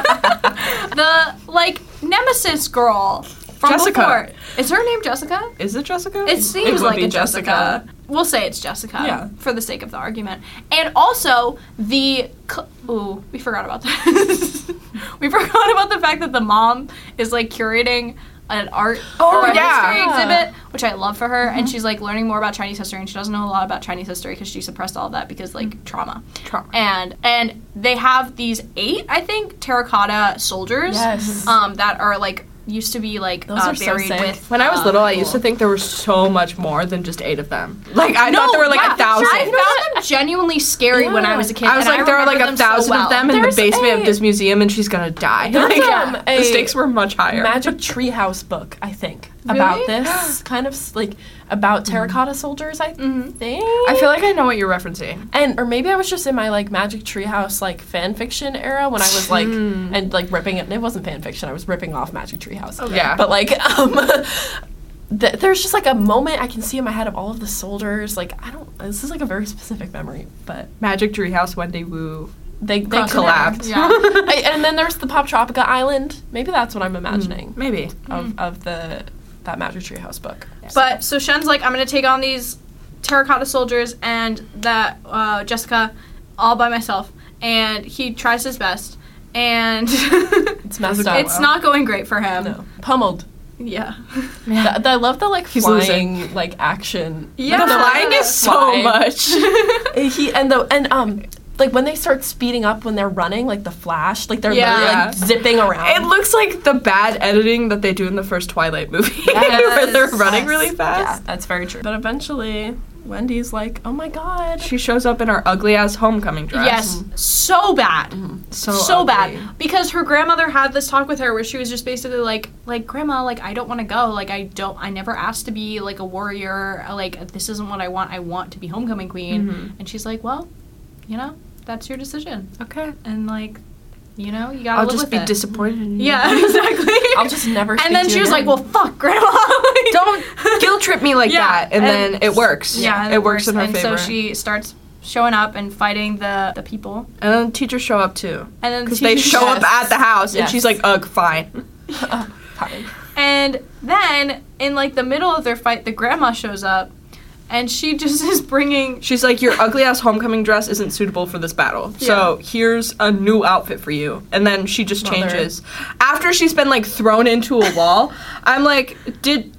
B: the like nemesis girl from
C: Jessica.
B: before. Is her name Jessica?
C: is it Jessica?
B: It seems
A: would
B: like
A: be
B: a Jessica. We'll say it's Jessica
A: Yeah.
B: for the sake of the argument. And also the cl- ooh, we forgot about this. (laughs) we forgot about the fact that the mom is like curating an art
C: Oh,
B: or a
C: yeah.
B: history exhibit, which I love for her. And she's like learning more about Chinese history, and she doesn't know a lot about Chinese history because she suppressed all of that because like trauma.
C: Trauma.
B: And and they have these eight, I think, terracotta soldiers.
A: Yes.
B: Um, that are like used to be like
A: Those
B: uh,
A: are so
B: buried
A: sick.
B: with.
C: when I was
B: uh,
C: little, I
B: cool.
C: used to think there were so much more than just eight of them. Like I thought there were like
B: yeah.
C: a thousand.
B: I found them genuinely scary when I was a kid.
C: I was
B: and
C: like, there are like
B: remember them
C: a
B: so
C: thousand
B: well.
C: of them in
A: There's
C: the basement
A: a-
C: of this museum, and she's gonna die.
A: There's,
C: Like,
A: um,
C: the
A: a
C: stakes were much higher.
A: Magic Treehouse book, I think,
B: (gasps)
A: about
B: Really?
A: this kind of s- like about terracotta soldiers. I
B: Mm-hmm.
A: think.
C: I feel like I know what you're referencing.
A: and or maybe I was just in my like Magic Treehouse like fan fiction era when I was like
C: Hmm.
A: and like ripping it. It wasn't fan fiction. I was ripping off Magic Treehouse.
B: Okay.
C: Yeah.
A: But like (laughs) um, th- there's just like a moment I can see in my head of all of the soldiers. Like I don't. This is like a very specific memory, but
C: Magic Tree House, Wendy Wu
A: they, they
C: Cross
A: collapse.
C: collapse.
B: Yeah.
C: (laughs)
A: I, and then there's the Pop Tropica Island. Maybe that's what I'm imagining
C: Maybe.
A: of,
C: Mm.
A: of the that Magic Tree House book.
B: But so Shen's like, I'm gonna take on these terracotta soldiers and that uh, Jessica all by myself, and he tries his best, and (laughs)
A: It's
B: it's
A: messed up.
B: not going great for him.
A: no pummeled.
B: Yeah. (laughs)
A: Th- I love the like
C: He's
A: flying like action.
B: Yeah.
A: The
C: Flying is so
A: Flying.
B: (laughs)
C: much.
A: He and the and um like when they start speeding up when they're running like the flash like they're literally,
B: Yeah.
A: like zipping around.
C: It looks like the bad editing that they do in the first Twilight movie, (laughs) where
A: Yes.
C: they're running
B: Yes.
C: really
A: yeah,
C: fast.
A: that's very true. But eventually, Wendy's like, "Oh my god,
C: She shows up in her ugly ass homecoming dress.
B: Yes. So bad.
C: so,
B: so
C: ugly.
B: bad because her grandmother had this talk with her where she was just basically like like grandma like i don't want to go like i don't i never asked to be like a warrior like this isn't what i want i want to be homecoming queen
C: Mm-hmm.
B: and she's like well you know that's your decision
C: Okay,
B: and like you know you gotta
C: I'll
B: live
C: just
B: with
C: be
B: it.
C: disappointed. In
B: (laughs)
C: you.
B: yeah exactly
A: I'll just never." speak
B: and then
A: to
B: she
A: you
B: was like
A: again."
B: well fuck grandma (laughs) Like-
C: don't guilt trip me like
B: Yeah,
C: that. And,
B: and-
C: then it works.
B: yeah,
C: it works in her
B: and so
C: favor.
B: she starts showing up and fighting the the people
C: and then teachers show up too,
B: and then (laughs)
C: because they
B: she-
C: show up
A: Yes.
C: at the house,
A: Yes.
C: and she's like, "Ugh, fine."
A: Oh, pardon.
B: And then in like the middle of their fight, the grandma shows up, and she (laughs) just is bringing. (laughs)
C: She's like, "Your ugly ass homecoming dress isn't suitable for this battle. So here's a new outfit for you." And then she just
A: Mother.
C: changes after she's been like thrown into a wall. I'm like, did.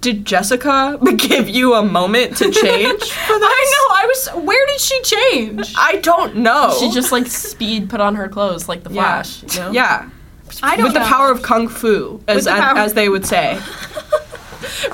C: Did Jessica (laughs) give you a moment to change for this?
B: (laughs) I know. I was. Where did she
C: (laughs)
B: change?
C: I don't know.
A: She just like speed put on her clothes like the
C: Oh. Yeah.
A: Flash. You know?
C: yeah,
B: I don't
C: with
B: know.
C: the power of kung fu, as,
B: the
C: as,
B: power-
C: as they
B: (laughs)
C: would say.
A: (laughs)
C: (laughs)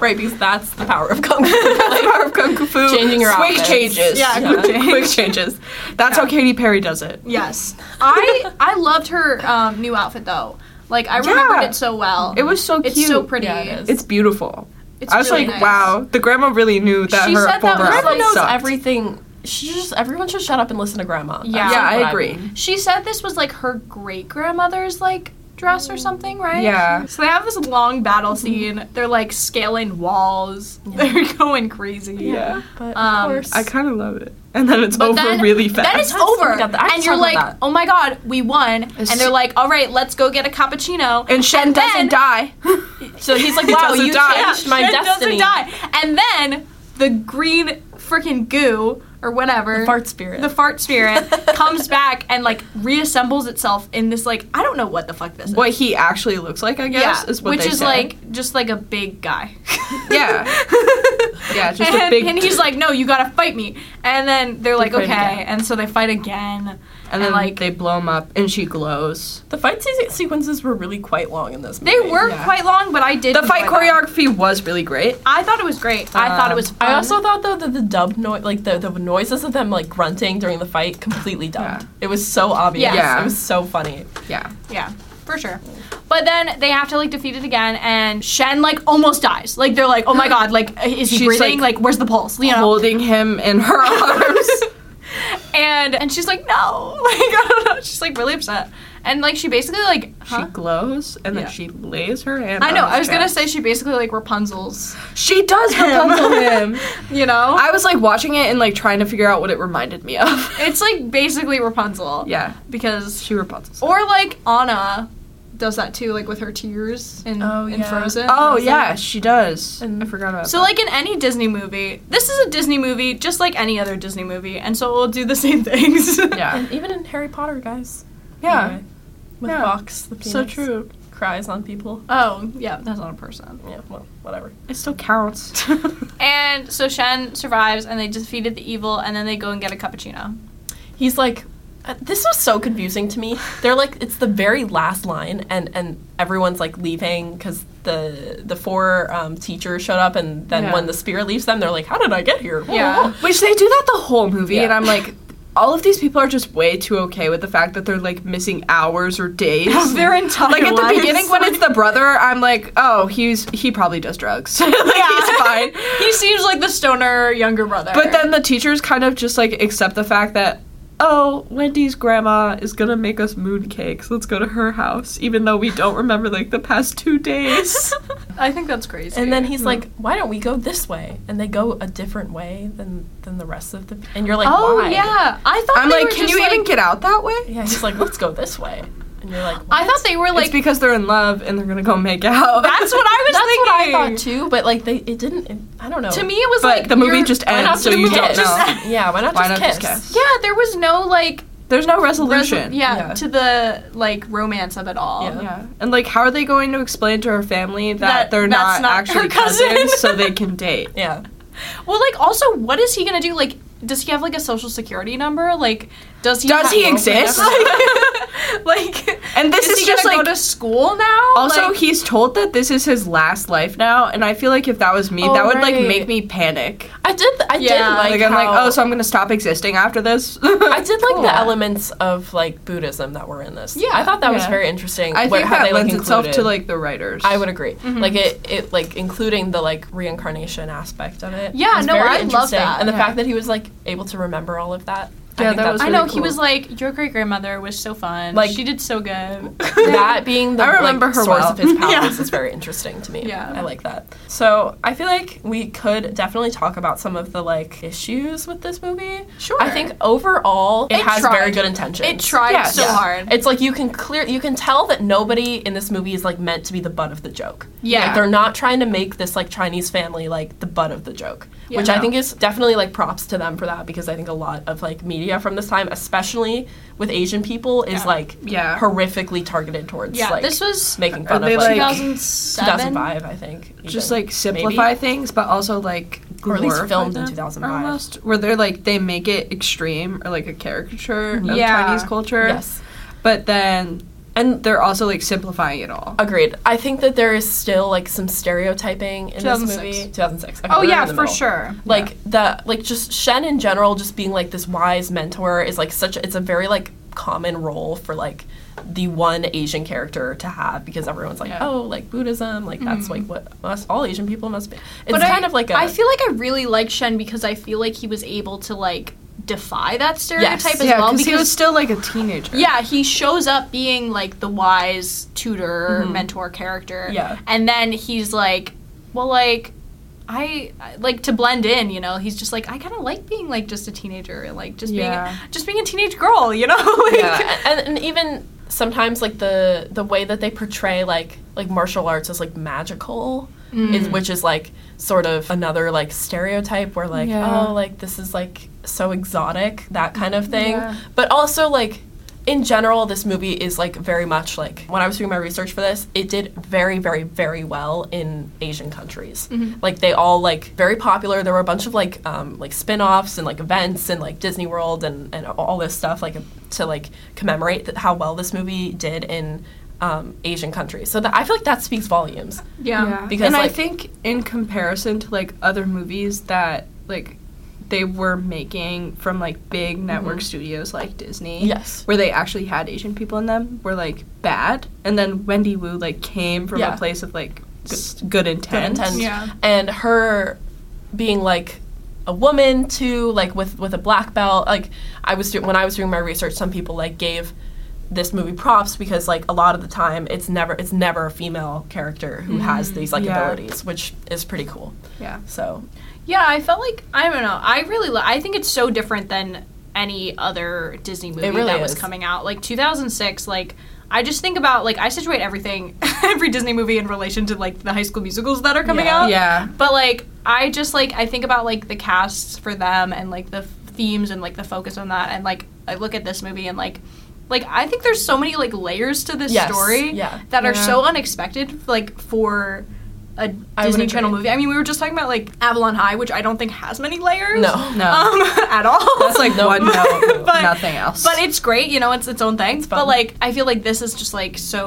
A: right because that's the power of kung fu.
C: the power of kung fu.
A: Changing your
C: quick
A: outfits.
C: changes.
B: Yeah,
A: Yeah.
B: quick change.
C: quick changes. That's how Katy Perry does it. (laughs)
B: Yes, I I loved her um, new outfit though. Like I remembered
C: Yeah.
B: it so well.
C: It was so cute.
B: It's so pretty.
A: Yeah, it is.
C: It's beautiful.
B: It's
C: I was
B: really
C: like,
B: nice.
C: wow, the grandma really knew that
B: She
C: her
B: said that
C: former
B: was
A: Grandma
B: like-
C: outfit
A: knows
C: sucked.
A: everything. She just everyone should shut up and listen to Grandma. That's
B: Yeah.
C: Yeah,
A: what
C: I agree.
B: She said this was like her great grandmother's like dress or something, right?
C: Yeah.
B: So they have this long battle scene. They're like scaling walls. (laughs) They're going crazy.
C: Yeah.
A: But of
B: Um,
A: course,
C: I kind of love it. And then it's
B: But
C: over
B: then-
C: really
B: Then
C: fast.
B: (laughs) it's
A: I just
B: over,
A: got that. I
B: and
A: just
B: you're
A: saw
B: like,
A: that.
B: "Oh my god, we won!" and they're like, "All right, let's go get a cappuccino."
C: and Shen
B: then-
C: doesn't die.
B: (laughs)
A: so he's
C: (laughs)
A: like,
C: It
A: "Wow,
C: doesn't
A: you
C: die.
B: Yeah,
A: changed my
B: Shen
A: destiny."
B: doesn't die. And then the green freaking goo or whatever,
A: The fart spirit.
B: the fart spirit comes back and like reassembles itself in this like I don't know what the fuck this is.
C: What he actually looks like, I guess,
B: yeah,
C: is what
B: which
C: they
B: is
C: say.
B: like just like a big guy. (laughs)
C: Yeah. Yeah, just
B: and,
C: a big.
B: and he's like, "No, you gotta fight me." And then they're like,
C: fight
B: "Okay,"
C: again.
B: and so they fight again.
C: and then
B: like-
C: like they blow him up, and she glows.
A: the fight se- sequences were really quite long in this. Movie.
B: They were
C: Yeah.
B: quite long, but I did
C: The fight
B: enjoy them.
C: choreography was really great.
B: I thought it was great. I thought it was.
A: Um,
B: Fun.
A: I also thought though that the dub noise, like the, the noises of them like grunting during the fight, completely dubbed.
C: Yeah.
A: It was so obvious.
C: Yeah.
A: It was so funny.
C: Yeah.
B: yeah, for sure. But then they have to like defeat it again, and Shen like almost dies. Like they're like, oh my god, like is he
C: She's,
B: breathing? Like, where's the pulse? You know.
C: holding him in (laughs) her arms.
B: (laughs) And and she's like, no, (laughs) like I don't know. She's like really upset, and like she basically like. Huh?
C: She glows and
B: Yeah.
C: then she lays her hand.
B: I know.
C: on his
B: I was gonna
C: chest.
B: say she basically like Rapunzel's.
C: she does Rapunzel (laughs) him.
B: You know.
C: I was like watching it and like trying to figure out what it reminded me (laughs) of.
B: it's like basically Rapunzel.
C: yeah,
B: Because
C: she Rapunzels. him.
B: or like Anna does that too, like with her tears in
A: Oh,
B: in
A: yeah.
B: Frozen.
C: oh
B: Frozen.
C: yeah, she does.
A: And-
C: I forgot about.
B: So, like in any Disney movie, this is a Disney movie just like any other Disney movie, and so we'll do the (laughs) same things.
C: that. yeah,
A: And even in Harry Potter, guys.
C: yeah,
A: Anyway, with
C: Yeah.
A: Fox, the penis
C: so true.
A: cries on people.
B: (laughs) Oh, yeah, that's not a person.
A: Yeah, well, whatever.
C: It still counts. (laughs)
B: And so Shen survives, and they defeated the evil, and then they go and get a
C: (gasps)
B: cappuccino.
A: he's like uh, this was so confusing to me they're like it's the very last line and and everyone's like leaving because the the four um, teachers showed up and then
C: Yeah.
A: when the spirit leaves them they're like how did i get here Whoa, (laughs)
B: Yeah.
C: (laughs)
A: whoa, whoa.
C: Which they do that the whole movie,
A: Yeah.
C: and I'm like, all of these people are just way too okay with the fact that they're like missing hours or days.
B: Their entire
C: like at the
B: lives.
C: beginning
B: (laughs)
C: when it's the brother, I'm like, oh, he's he probably does drugs. (laughs) like he's fine.
B: he seems like the stoner younger brother.
C: But then the teachers kind of just like accept the fact that oh, Wendy's grandma is gonna
B: (laughs)
C: make us mooncakes. Let's go to her house, even though we don't remember like the past two days.
B: I think that's crazy.
A: And then he's like, "Why don't we go this way?" And they go a different way than than the rest of the. And you're like,
B: "Oh
A: "Why?"
B: yeah." I thought
C: I'm
B: they
C: like,
B: were
C: can
B: just
C: you
B: like-
C: even get out that way?
A: Yeah, he's like, "Let's go this way." And you're like,
B: I thought they were
C: it's
B: like.
C: because they're in love and they're gonna go make out.
B: that's what I was
C: (laughs)
A: That's
B: thinking.
A: what I thought too, but like they, it didn't. It, I don't know.
B: To me, it was
C: But
B: like
C: the movie
B: you're-
C: just
A: why
C: ends,
A: not
C: so
A: just
C: you
A: kiss?
B: (laughs)
C: don't know.
A: Yeah, why not
C: Why
A: just
C: not
A: kiss?
C: just kiss?
B: Yeah, there was no like
C: There's no
B: resol-
C: resolution.
B: yeah,
A: Yeah.
B: to the like romance of it all.
A: Yeah.
C: Yeah. And like, how are they going to explain to her family that,
B: That
C: they're
B: that's
C: not,
B: not her
C: actually
B: cousin?
C: cousins so they can date?
A: Yeah.
B: Well, like also, what is he gonna do? Like, does he have like a social security number? Like, does he?
C: Does
B: have-
C: he exist? (laughs)
B: (laughs) like,
C: And this is
B: he
C: just,
B: gonna
C: like-
B: go to school now.
C: Also,
B: Like-
C: he's told that this is his last life now, and I feel like if that was me,
A: Oh,
C: that would
A: right.
C: like make me panic.
A: I did. I did
B: Yeah.
A: like.
C: Like, I'm like,
A: how-
C: oh, so I'm gonna stop existing after this. (laughs)
A: I did like
C: Cool.
A: the elements of like Buddhism that were in this.
B: Yeah.
A: I thought that was
C: Yeah.
A: very interesting.
C: I
A: what-
C: think
A: how
C: that
A: they,
C: lends itself to
A: included-
C: like the writers.
A: I would agree.
B: Mm-hmm.
A: Like it, it like including the like reincarnation aspect of it.
B: Yeah,
A: was
B: no,
A: very
B: I love
A: interesting.
B: that.
A: And the
C: Yeah.
A: fact that he was like able to remember all of that.
C: Yeah,
A: I think
C: that
A: that's
C: was
B: I
A: really
B: know he
A: cool.
B: was like, your great grandmother was so fun. Like,
A: Like-
B: she did so
C: (laughs)
B: good.
A: that being the
C: I remember
A: like,
C: her
A: source
C: well.
A: of his
C: (laughs)
A: powers
B: Yeah.
A: is very interesting to me.
B: Yeah.
A: I like that. So I feel like we could definitely talk about some of the like issues with this movie.
B: Sure.
A: I think overall it,
B: It
A: has very
B: tried.
A: good intentions.
B: It tried
C: Yes.
B: so
C: Yeah.
B: hard.
A: It's like you can clear, you can tell that nobody in this movie is like meant to be the butt of the joke.
B: Yeah.
A: like, they're not trying to make this like Chinese family like the butt of the joke,
B: Yeah.
A: which I think is definitely like props to them for that because I think a lot of like media from this time, especially with Asian people, is
B: Yeah.
A: like
C: Yeah.
A: horrifically targeted towards
B: yeah,
A: like
B: this was
A: making
C: Are
A: fun
C: they,
A: of like,
C: like,
B: 2007.
A: 2005, I think. even.
C: just like simplify
A: Maybe.
C: things, but also like
A: Or at least
C: glorify
A: filmed in
C: them
A: 2005.
C: almost, where they're like they make it extreme or like a caricature of
B: Yeah.
C: Chinese culture.
A: Yes,
C: but then
A: and
C: they're also like simplifying it all.
A: Agreed. I think that there is still like some stereotyping in this
B: 2006.
A: movie. 2006. Okay,
B: Oh
A: we're
B: yeah,
A: in the
B: for
A: middle.
B: sure.
A: Like the like just Shen in general just being like this wise mentor is like such it's a very like common role for like the one Asian character to have because everyone's like,
B: Yeah. Mm-hmm.
A: "Oh, like Buddhism, like that's like what us all Asian people must be." It's
B: But
A: kind
B: I,
A: of like a
B: I feel like I really like Shen because I feel like he was able to like defy that stereotype as
C: yeah,
B: well.
C: because he was still like a teenager.
B: Yeah, he shows up being like the wise tutor mentor character.
A: Mm-hmm. Yeah.
B: And then he's like, well, like, I I- like to blend in, you know. He's just like I kind of like being like just a teenager, like just
C: Yeah.
B: being just being a teenage girl, you know. (laughs) like,
A: yeah, and, and even sometimes like the the way that they portray like like martial arts as like magical
B: Mm.
A: is which is like sort of another like stereotype where like
C: Yeah.
A: oh like this is like so exotic that kind of thing
C: Yeah.
A: but also like in general this movie is like very much like when i was doing my research for this it did very very very well in asian countries like they all like very popular there were a bunch of like um, like spin-offs and like events and like disney world and, and all this stuff like to like commemorate th- how well this movie did in um, asian countries so that i feel like that speaks volumes
B: yeah.
A: Because,
C: and I
A: like-
C: think in comparison to like other movies that like they were making from like big network studios like Disney,
A: Yes.
C: where they actually had Asian people in them, were like bad, and then Wendy Wu like came from
A: Yeah.
C: a place of like s- good intent.
A: intent.
B: Yeah.
A: And her being like a woman too, like with with a black belt. Like I was do- when I was doing my research, some people like gave this movie props because like a lot of the time it's never it's never a female character who has these like
C: Mm-hmm. Yeah.
A: abilities, which is pretty cool.
C: Yeah,
A: So
B: Yeah, I felt like I don't know. I really li- I think it's so different than any other Disney movie
A: really
B: that was
A: is.
B: coming out. Like 2006, like I just think about like I situate everything (laughs) every Disney movie in relation to like the high school musicals that are coming
A: Yeah.
B: out.
C: yeah,
B: But like I just like I think about like the casts for them and like the f- themes and like the focus on that and like I look at this movie and like like I think there's so many like layers to this
A: Yes,
B: story
A: yeah.
B: that are
C: Yeah.
B: so unexpected like for a
A: I would
B: Disney Channel
A: agree.
B: movie. I mean, we were just talking about like Avalon High, which I don't think has many layers.
A: No.
C: No.
B: Um, (laughs) at all.
C: that's like
B: (laughs)
A: No.
C: one note,
B: But-
C: nothing else.
B: but it's great, you know, it's its own thing. but
A: fun.
B: like I feel like this is just like so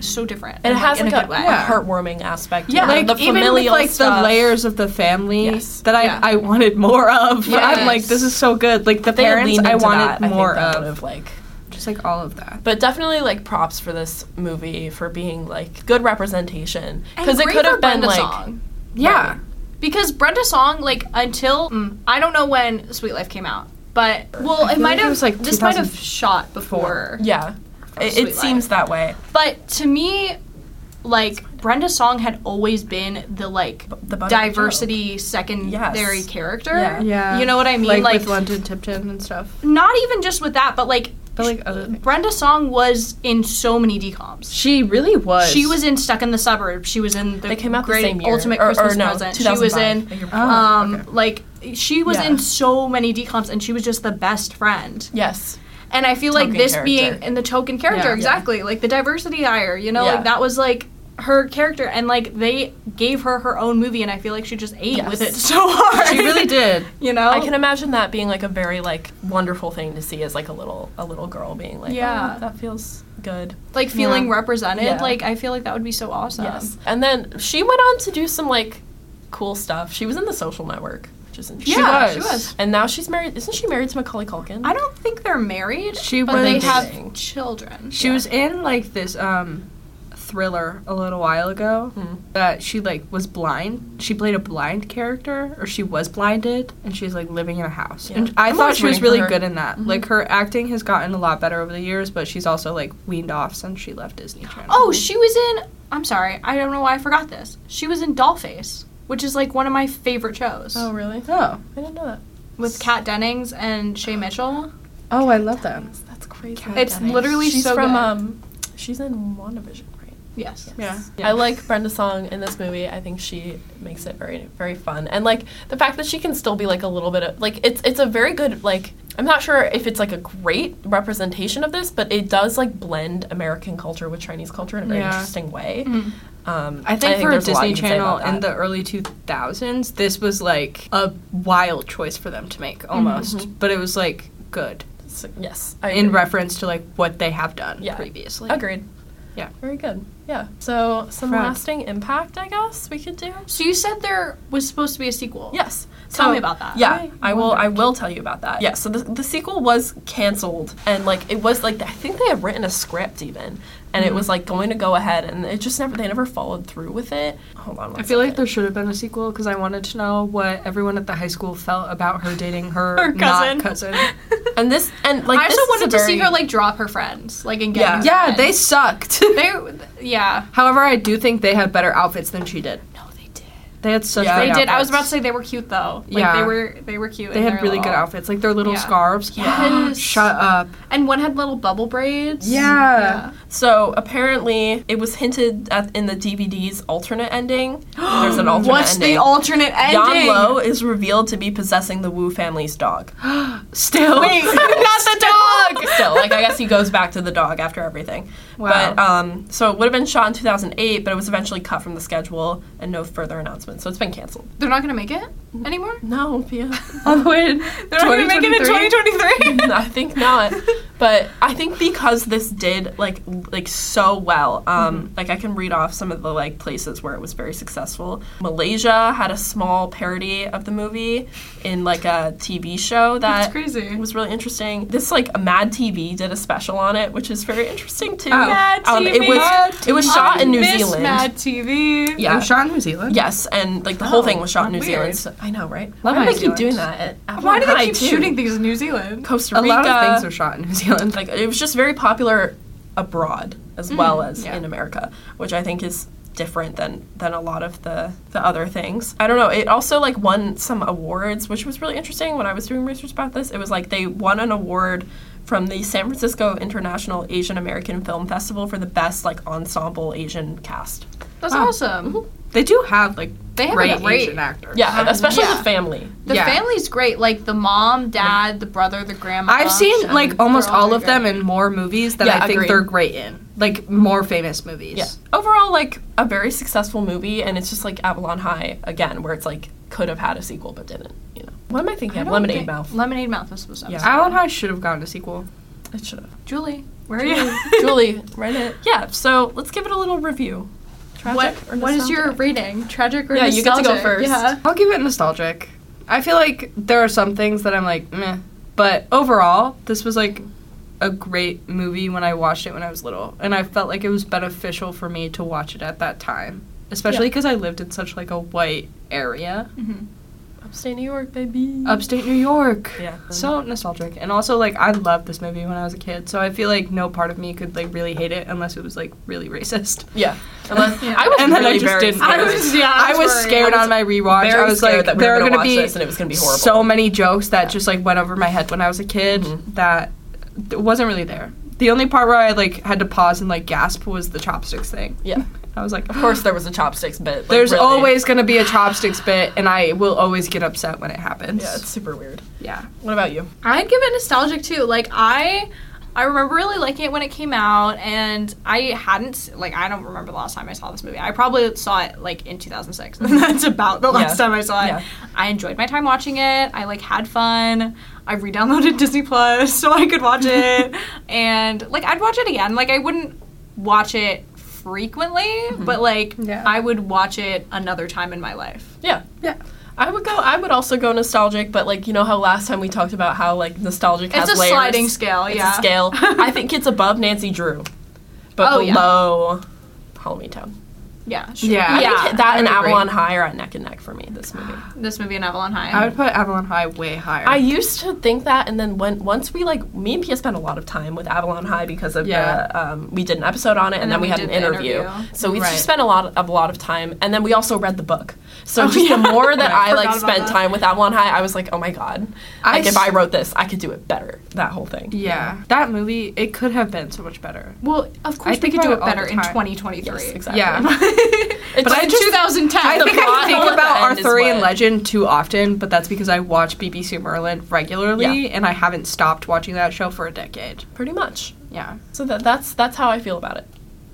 B: so different.
A: and it has
B: in
A: like,
B: a
A: a,
B: good way.
A: a
C: Yeah.
A: heartwarming aspect. to
B: Yeah.
A: it.
C: like
A: the familial
C: even with, like
A: stuff.
C: the layers of the family
A: Yes.
C: that I,
B: Yeah.
C: I wanted more of. (laughs) I'm like
B: Yes.
C: this is so good. Like the
A: They had
C: parents
A: leaned
C: I
A: into
C: wanted
A: that, I think
C: more
A: that
C: of.
A: would've, like
C: Just like all of that.
A: But definitely like props for this movie for being like good representation
B: And
A: because it
B: great
A: could
B: for
A: have been
B: Brenda
A: like
B: Song.
C: Yeah.
B: because Brenda Song, like until mm, I don't know when Sweet Life came out, but well, it
C: feel
B: might
C: like it
B: have
C: was, like,
B: this might have
C: 2004.
B: shot before.
A: yeah. It,
B: Sweet
A: it seems that way.
B: But to me, like Brenda's song had always been the like
A: the butt of the
B: diversity secondary
A: Yes.
B: character.
A: Yeah.
C: Yeah.
B: You know what I mean?
C: Like,
B: Like,
C: with London Tipton and stuff.
B: not even just with that, but like
C: But like other things.
B: Brenda's song was in so many decoms.
C: She really was.
B: She was in Stuck in the Suburbs. She was in the
A: They came out
B: Great
A: the same year.
B: Ultimate
A: or,
B: Christmas
A: or no,
B: Present. She was
A: 2005,
B: in
A: the year before.
C: Oh,
B: um
C: okay.
B: like she was
A: Yeah.
B: in so many decoms and she was just the best friend.
A: yes.
B: And I feel like
A: Token
B: this
A: character.
B: being in the token character,
C: Yeah.
B: exactly. Like the diversity hire, you know,
A: Yeah.
B: like that was like her character and like they gave her her own movie and I feel like she just ate with
A: Yes.
B: it so hard.
C: She really did.
B: (laughs) you know?
A: I can imagine that being like a very like wonderful thing to see as like a little a little girl being like,
B: Yeah.
A: yeah, that feels good.
B: like feeling
C: Yeah.
B: represented.
A: Yeah.
B: Like I feel like that would be so awesome.
A: Yes. And then she went on to do some like cool stuff. She was in the Social Network, which is interesting.
B: Yeah,
C: was.
B: she was.
A: And now she's married. Isn't she married to Macaulay Culkin?
B: I don't think they're married,
C: She
B: but they
A: was-
B: have children.
C: She was in like this um thriller a little while ago
A: Hmm.
C: that she like was blind. She played a blind character or she was blinded and she's like living in a house.
A: Yeah.
C: And I
A: I'm
C: thought
A: always
C: she
A: rooting
C: was
A: for
C: really
A: her.
C: good in that. Like her acting has gotten a lot better over the years, but she's also like weaned off since she left Disney Channel.
B: Oh, she was in. I'm sorry, I don't know why I forgot this. She was in Dollface, which is like one of my favorite shows
A: Oh really?
C: Oh.
A: I didn't know that.
B: with Kat Dennings and Shay Mitchell.
C: Oh, I love them.
A: That's crazy.
B: It's literally
A: she's
B: so
A: from
B: good.
A: um, she's in WandaVision, right?
B: Yes.
C: Yeah.
A: I like Brenda Song in this movie. I think she makes it very very fun. And like the fact that she can still be like a little bit of like it's it's a very good like I'm not sure if it's like a great representation of this, but it does like blend American culture with Chinese culture in a very
C: Yeah. Mm-hmm.
A: interesting way.
B: Mm-hmm.
A: Um,
C: I think, for
A: there's a lot
C: Disney
A: you can say
C: Channel
A: about that.
C: in the early 2000s, this was like a wild choice for them to make almost, but it was like good
A: So- yes, I
C: in
A: agree.
C: reference to like what they have done
A: Yeah.
C: previously.
A: agreed.
C: Yeah.
A: very good. Yeah. So some
C: Proud.
A: lasting impact, I guess we could do.
B: So you said there was supposed to be a sequel. (laughs)
A: Yes.
B: Tell me about that.
A: Yeah,
B: I
A: I, will. I will tell you about that. Yeah. So the, the sequel was canceled, and like it was like I think they had written a script even, and
B: Mm-hmm.
A: it was like going to go ahead, and it just never they never followed through with it. Hold on. one
C: I feel like
A: second.
C: there should have been a sequel because I wanted to know what everyone at the high school felt about her dating her,
B: (laughs) Her cousin.
C: not cousin.
B: (laughs)
A: and this and like
B: I also
A: this is
B: wanted
A: a
B: to see
A: very-
B: her like drop her friends, like and get
A: Yeah.
B: new
C: yeah, they
B: friends.
C: sucked. (laughs)
B: they yeah
C: However, I do think they had better outfits than she did.
B: no they did
C: They had such
A: Yeah.
B: they
C: great
B: did. I was
C: outfits.
B: about to say they were cute though. Like,
C: Yeah.
B: they were they were cute.
C: They
B: in
C: had
B: their
C: really good
B: little-
C: outfits, like their little
B: Yeah.
C: scarves.
B: Yes.
C: (gasps) Shut up.
B: And one had little bubble braids.
C: Yeah.
A: So apparently, it was hinted at in the DVD's alternate
B: (gasps)
A: ending. There's an alternate
B: What's
A: ending.
B: the alternate
A: Yan
B: ending?
A: Lo is revealed to be possessing the Wu family's dog.
C: Still. (laughs)
B: Wait, not the dog.
A: Still, like I guess he goes back to the dog after everything.
C: Wow.
A: But um, so it would have been shot in 2008, but it was eventually cut from the schedule and no further announcements. So it's been canceled.
B: They're not gonna make it anymore.
A: No, Pia.
C: All the way in
B: They're not gonna make it in (laughs) 2023.
A: (laughs) I think not. But I think because this did like l- like so well, um, like I can read off some of the like places where it was very successful. Malaysia had a small parody of the movie in like a TV show that
B: crazy.
A: It was really interesting. This like a Mad TV did a special on it, which is very interesting too.
B: Mad
A: Um,
B: TV.
A: it was
C: Mad
A: it was shot in New
B: Miss
A: Zealand.
B: Mad TV.
A: Yeah.
C: shot in New Zealand.
A: Yes, and like the whole thing was shot in New
B: Oh, weird.
A: Zealand. So, I know, right?
C: Love
A: Why do
C: New
A: they keep
C: Zealand.
A: doing that? At Avalon
B: Why do
A: High,
B: they keep
A: too?
B: shooting things in New Zealand?
A: Costa
C: A
A: Rica?
C: lot of things are shot in New Zealand.
A: like it was just very popular abroad as well as
B: Mm, yeah.
A: in America, which I think is different than than a lot of the the other things. I don't know. It also like won some awards, which was really interesting when I was doing research about this. It was like they won an award from the San Francisco International Asian American Film Festival for the best like ensemble Asian cast.
B: That's
C: Wow.
B: awesome.
C: They do have like
B: They have a
C: great,
B: great-
C: Asian actors.
A: Yeah, especially
B: yeah.
A: the family.
B: The
C: Yeah.
B: family's great. Like the mom, dad, the brother, the grandma.
C: I've seen
B: and
C: like
B: they're
C: almost all
B: really
C: of them
B: great.
C: in more movies that
A: Yeah,
C: I think
A: agreed.
C: they're great in. Like more famous movies.
A: Yeah. Overall, like a very successful movie, and it's just like Avalon High again, where it's like could have had a sequel but didn't. You know, what am I thinking?
B: I
A: of?
B: don't
A: Lemonade
B: think-
A: Mouth.
B: Lemonade Mouth was supposed to.
A: Yeah.
B: Yeah.
C: Alan High should have gotten a sequel.
A: It should have.
B: Julie, where are you?
A: (laughs) Julie, read it. Yeah, so let's give it a little review. Tragic
B: what
A: or
B: What is your
A: nostalgic?
B: rating? Tragic or
A: Yeah, you get to go
B: nostalgic?
A: first.
B: Yeah.
C: I'll give it nostalgic. I feel like there are some things that I'm like, meh. But overall, this was like a great movie when I watched it when I was little. And I felt like it was beneficial for me
B: Mm-hmm.
C: to watch it at that time. Especially because I lived in such like a white area.
A: Upstate New York, baby.
C: upstate New York.
A: Yeah.
C: So nostalgic. And also like I loved this movie when I was a kid, so I feel like no part of me could like really hate it unless it was like really racist. (laughs)
A: yeah. Unless,
B: Yeah.
A: I was
C: And then I
A: really
C: just
A: very
C: didn't
A: scared.
B: I was yeah.
C: I was
B: worried.
C: scared
A: I was
C: on my rewatch.
A: very
C: I was
A: scared
C: like
A: that we
C: there
A: were
C: are
A: gonna
C: going to
A: watch
C: be
A: this and it was gonna be horrible.
C: so many jokes that just like went over my head when I was a kid
A: Mm-hmm.
C: that it wasn't really there. The only part where I like had to pause and like gasp was the chopsticks thing.
A: Yeah.
C: (laughs) I was like,
A: Of course, there was a chopsticks bit. like,
C: There's
A: really-
C: always going to be a chopsticks bit, and I will always get upset when it happens.
A: Yeah, it's super weird.
C: yeah.
A: What about you?
B: I'd give it nostalgic too. Like I, I remember really liking it when it came out, and I hadn't s- like I don't remember the last time I saw this movie. I probably saw it like in (laughs) 2006. That's about the last
A: Yeah.
B: time I saw it.
A: Yeah.
B: I enjoyed my time watching it. I like had fun. I re-downloaded (laughs) Disney Plus so I could watch it, and like I'd watch it again. Like I wouldn't watch it frequently, but like
C: Yeah.
B: I would watch it another time in my life.
A: Yeah.
C: Yeah.
A: I would go. I would also go nostalgic, but like you know how last time we talked about how like nostalgic has
B: It's a
A: layers.
B: sliding scale.
A: It's
B: yeah,
A: a scale.
B: (laughs)
A: I think it's above Nancy Drew, but
B: Oh, yeah.
A: below Halloween Town.
B: yeah, sure.
C: Yeah.
A: (laughs) I
B: yeah.
A: think that and
C: I would agree.
A: Avalon High are at neck and neck for me. This movie.
B: this movie in Avalon High.
C: I would put Avalon High way higher.
A: I used to think that, and then when once we like me and Pia spent a lot of time with Avalon High because of
C: Yeah.
A: the um, we did an episode on it, and, then, we had an
B: did the
A: interview.
B: interview.
A: So we
C: Right.
A: just spent a lot of, a lot of time, and then we also read the book. So
B: Oh,
A: just
B: yeah.
A: the more that
B: I
A: I like
B: forgot about
A: spent
B: that.
A: time with Avalon High, I was like, oh my god,
C: I
A: like if
C: s-
A: I wrote this, I could do it better. That whole thing.
C: yeah. That movie, it could have been so much better.
B: Well, of course we
C: think
B: could do it
C: about it all
B: better
C: the
B: in
C: time.
B: 2023.
A: Yes, (laughs) exactly.
C: Yeah.
A: It's
C: But I
B: In
C: just-
B: 2010.
C: I
A: The
C: think I
A: plot
C: think
A: hole at
C: about
A: the end is
C: Arthurian
A: what-
C: Legend too often, but that's because I watch BBC Merlin regularly,
A: Yeah.
C: and I haven't stopped watching that show for a decade.
A: pretty much.
C: Yeah.
A: So that that's that's how I feel about it.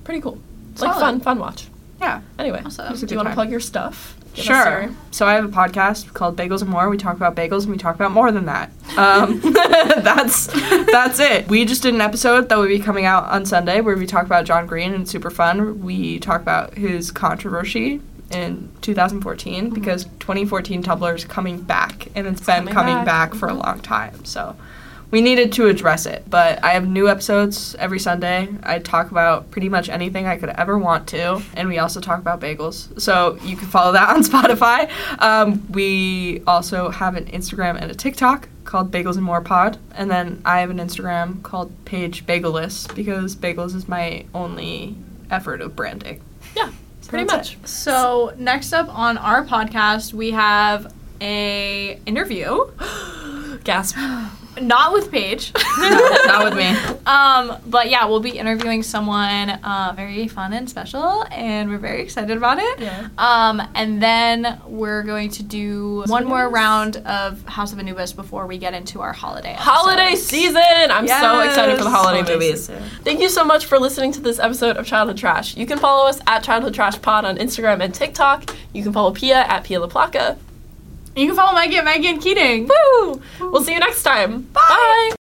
A: Pretty cool. Like
B: Solid.
A: fun fun watch.
C: Yeah.
A: Anyway,
B: Awesome.
A: do
C: Good
A: you want to
C: time.
A: plug your stuff? Give us
C: Sure.
A: your-
C: So I have a podcast called Bagels and More. We talk about bagels and we talk about more than that.
A: (laughs)
C: Um, (laughs) that's that's it. We just did an episode that will be coming out on Sunday where we talk about John Green and it's super fun. We talk about his controversy in 2014 because 2014 Tumblr is coming back and Mm-hmm. it's been
A: coming
C: coming,
A: back.
C: back, Mm-hmm. for a long time. So we needed to address it, but I have new episodes every Sunday. I talk about pretty much anything I could ever want to, and we also talk about bagels. So you can follow that on (laughs) Spotify. Um, we also have an Instagram and a TikTok called Bagels and More Pod, and then I have an Instagram called Page Bageless because bagels is my only effort of branding.
A: Yeah.
C: So
A: Pretty much.
C: that's
B: (laughs) So next up on our podcast, we have a interview, (gasps)
A: (gasps) Gasp.
B: not with Paige. (laughs)
C: Not- not with me.
B: Um, but yeah, we'll be interviewing someone uh, very fun and special, and we're very excited about it.
A: Yeah.
B: Um, and then we're going to do one more
A: Anubis.
B: round of House of Anubis before we get into our holiday.
A: Holiday
B: episodes.
A: season! I'm so excited for the
C: Yes.
A: holiday
C: Holiday
A: movies.
C: season.
A: Thank you so much for listening to this episode of Childhood Trash. You can follow us at Childhood Trash Pod on Instagram and TikTok. You can follow Pia at Pia LaPlaca.
B: You can follow Maggie at Maggie and Keating.
A: Woo! We'll see you next time. Bye.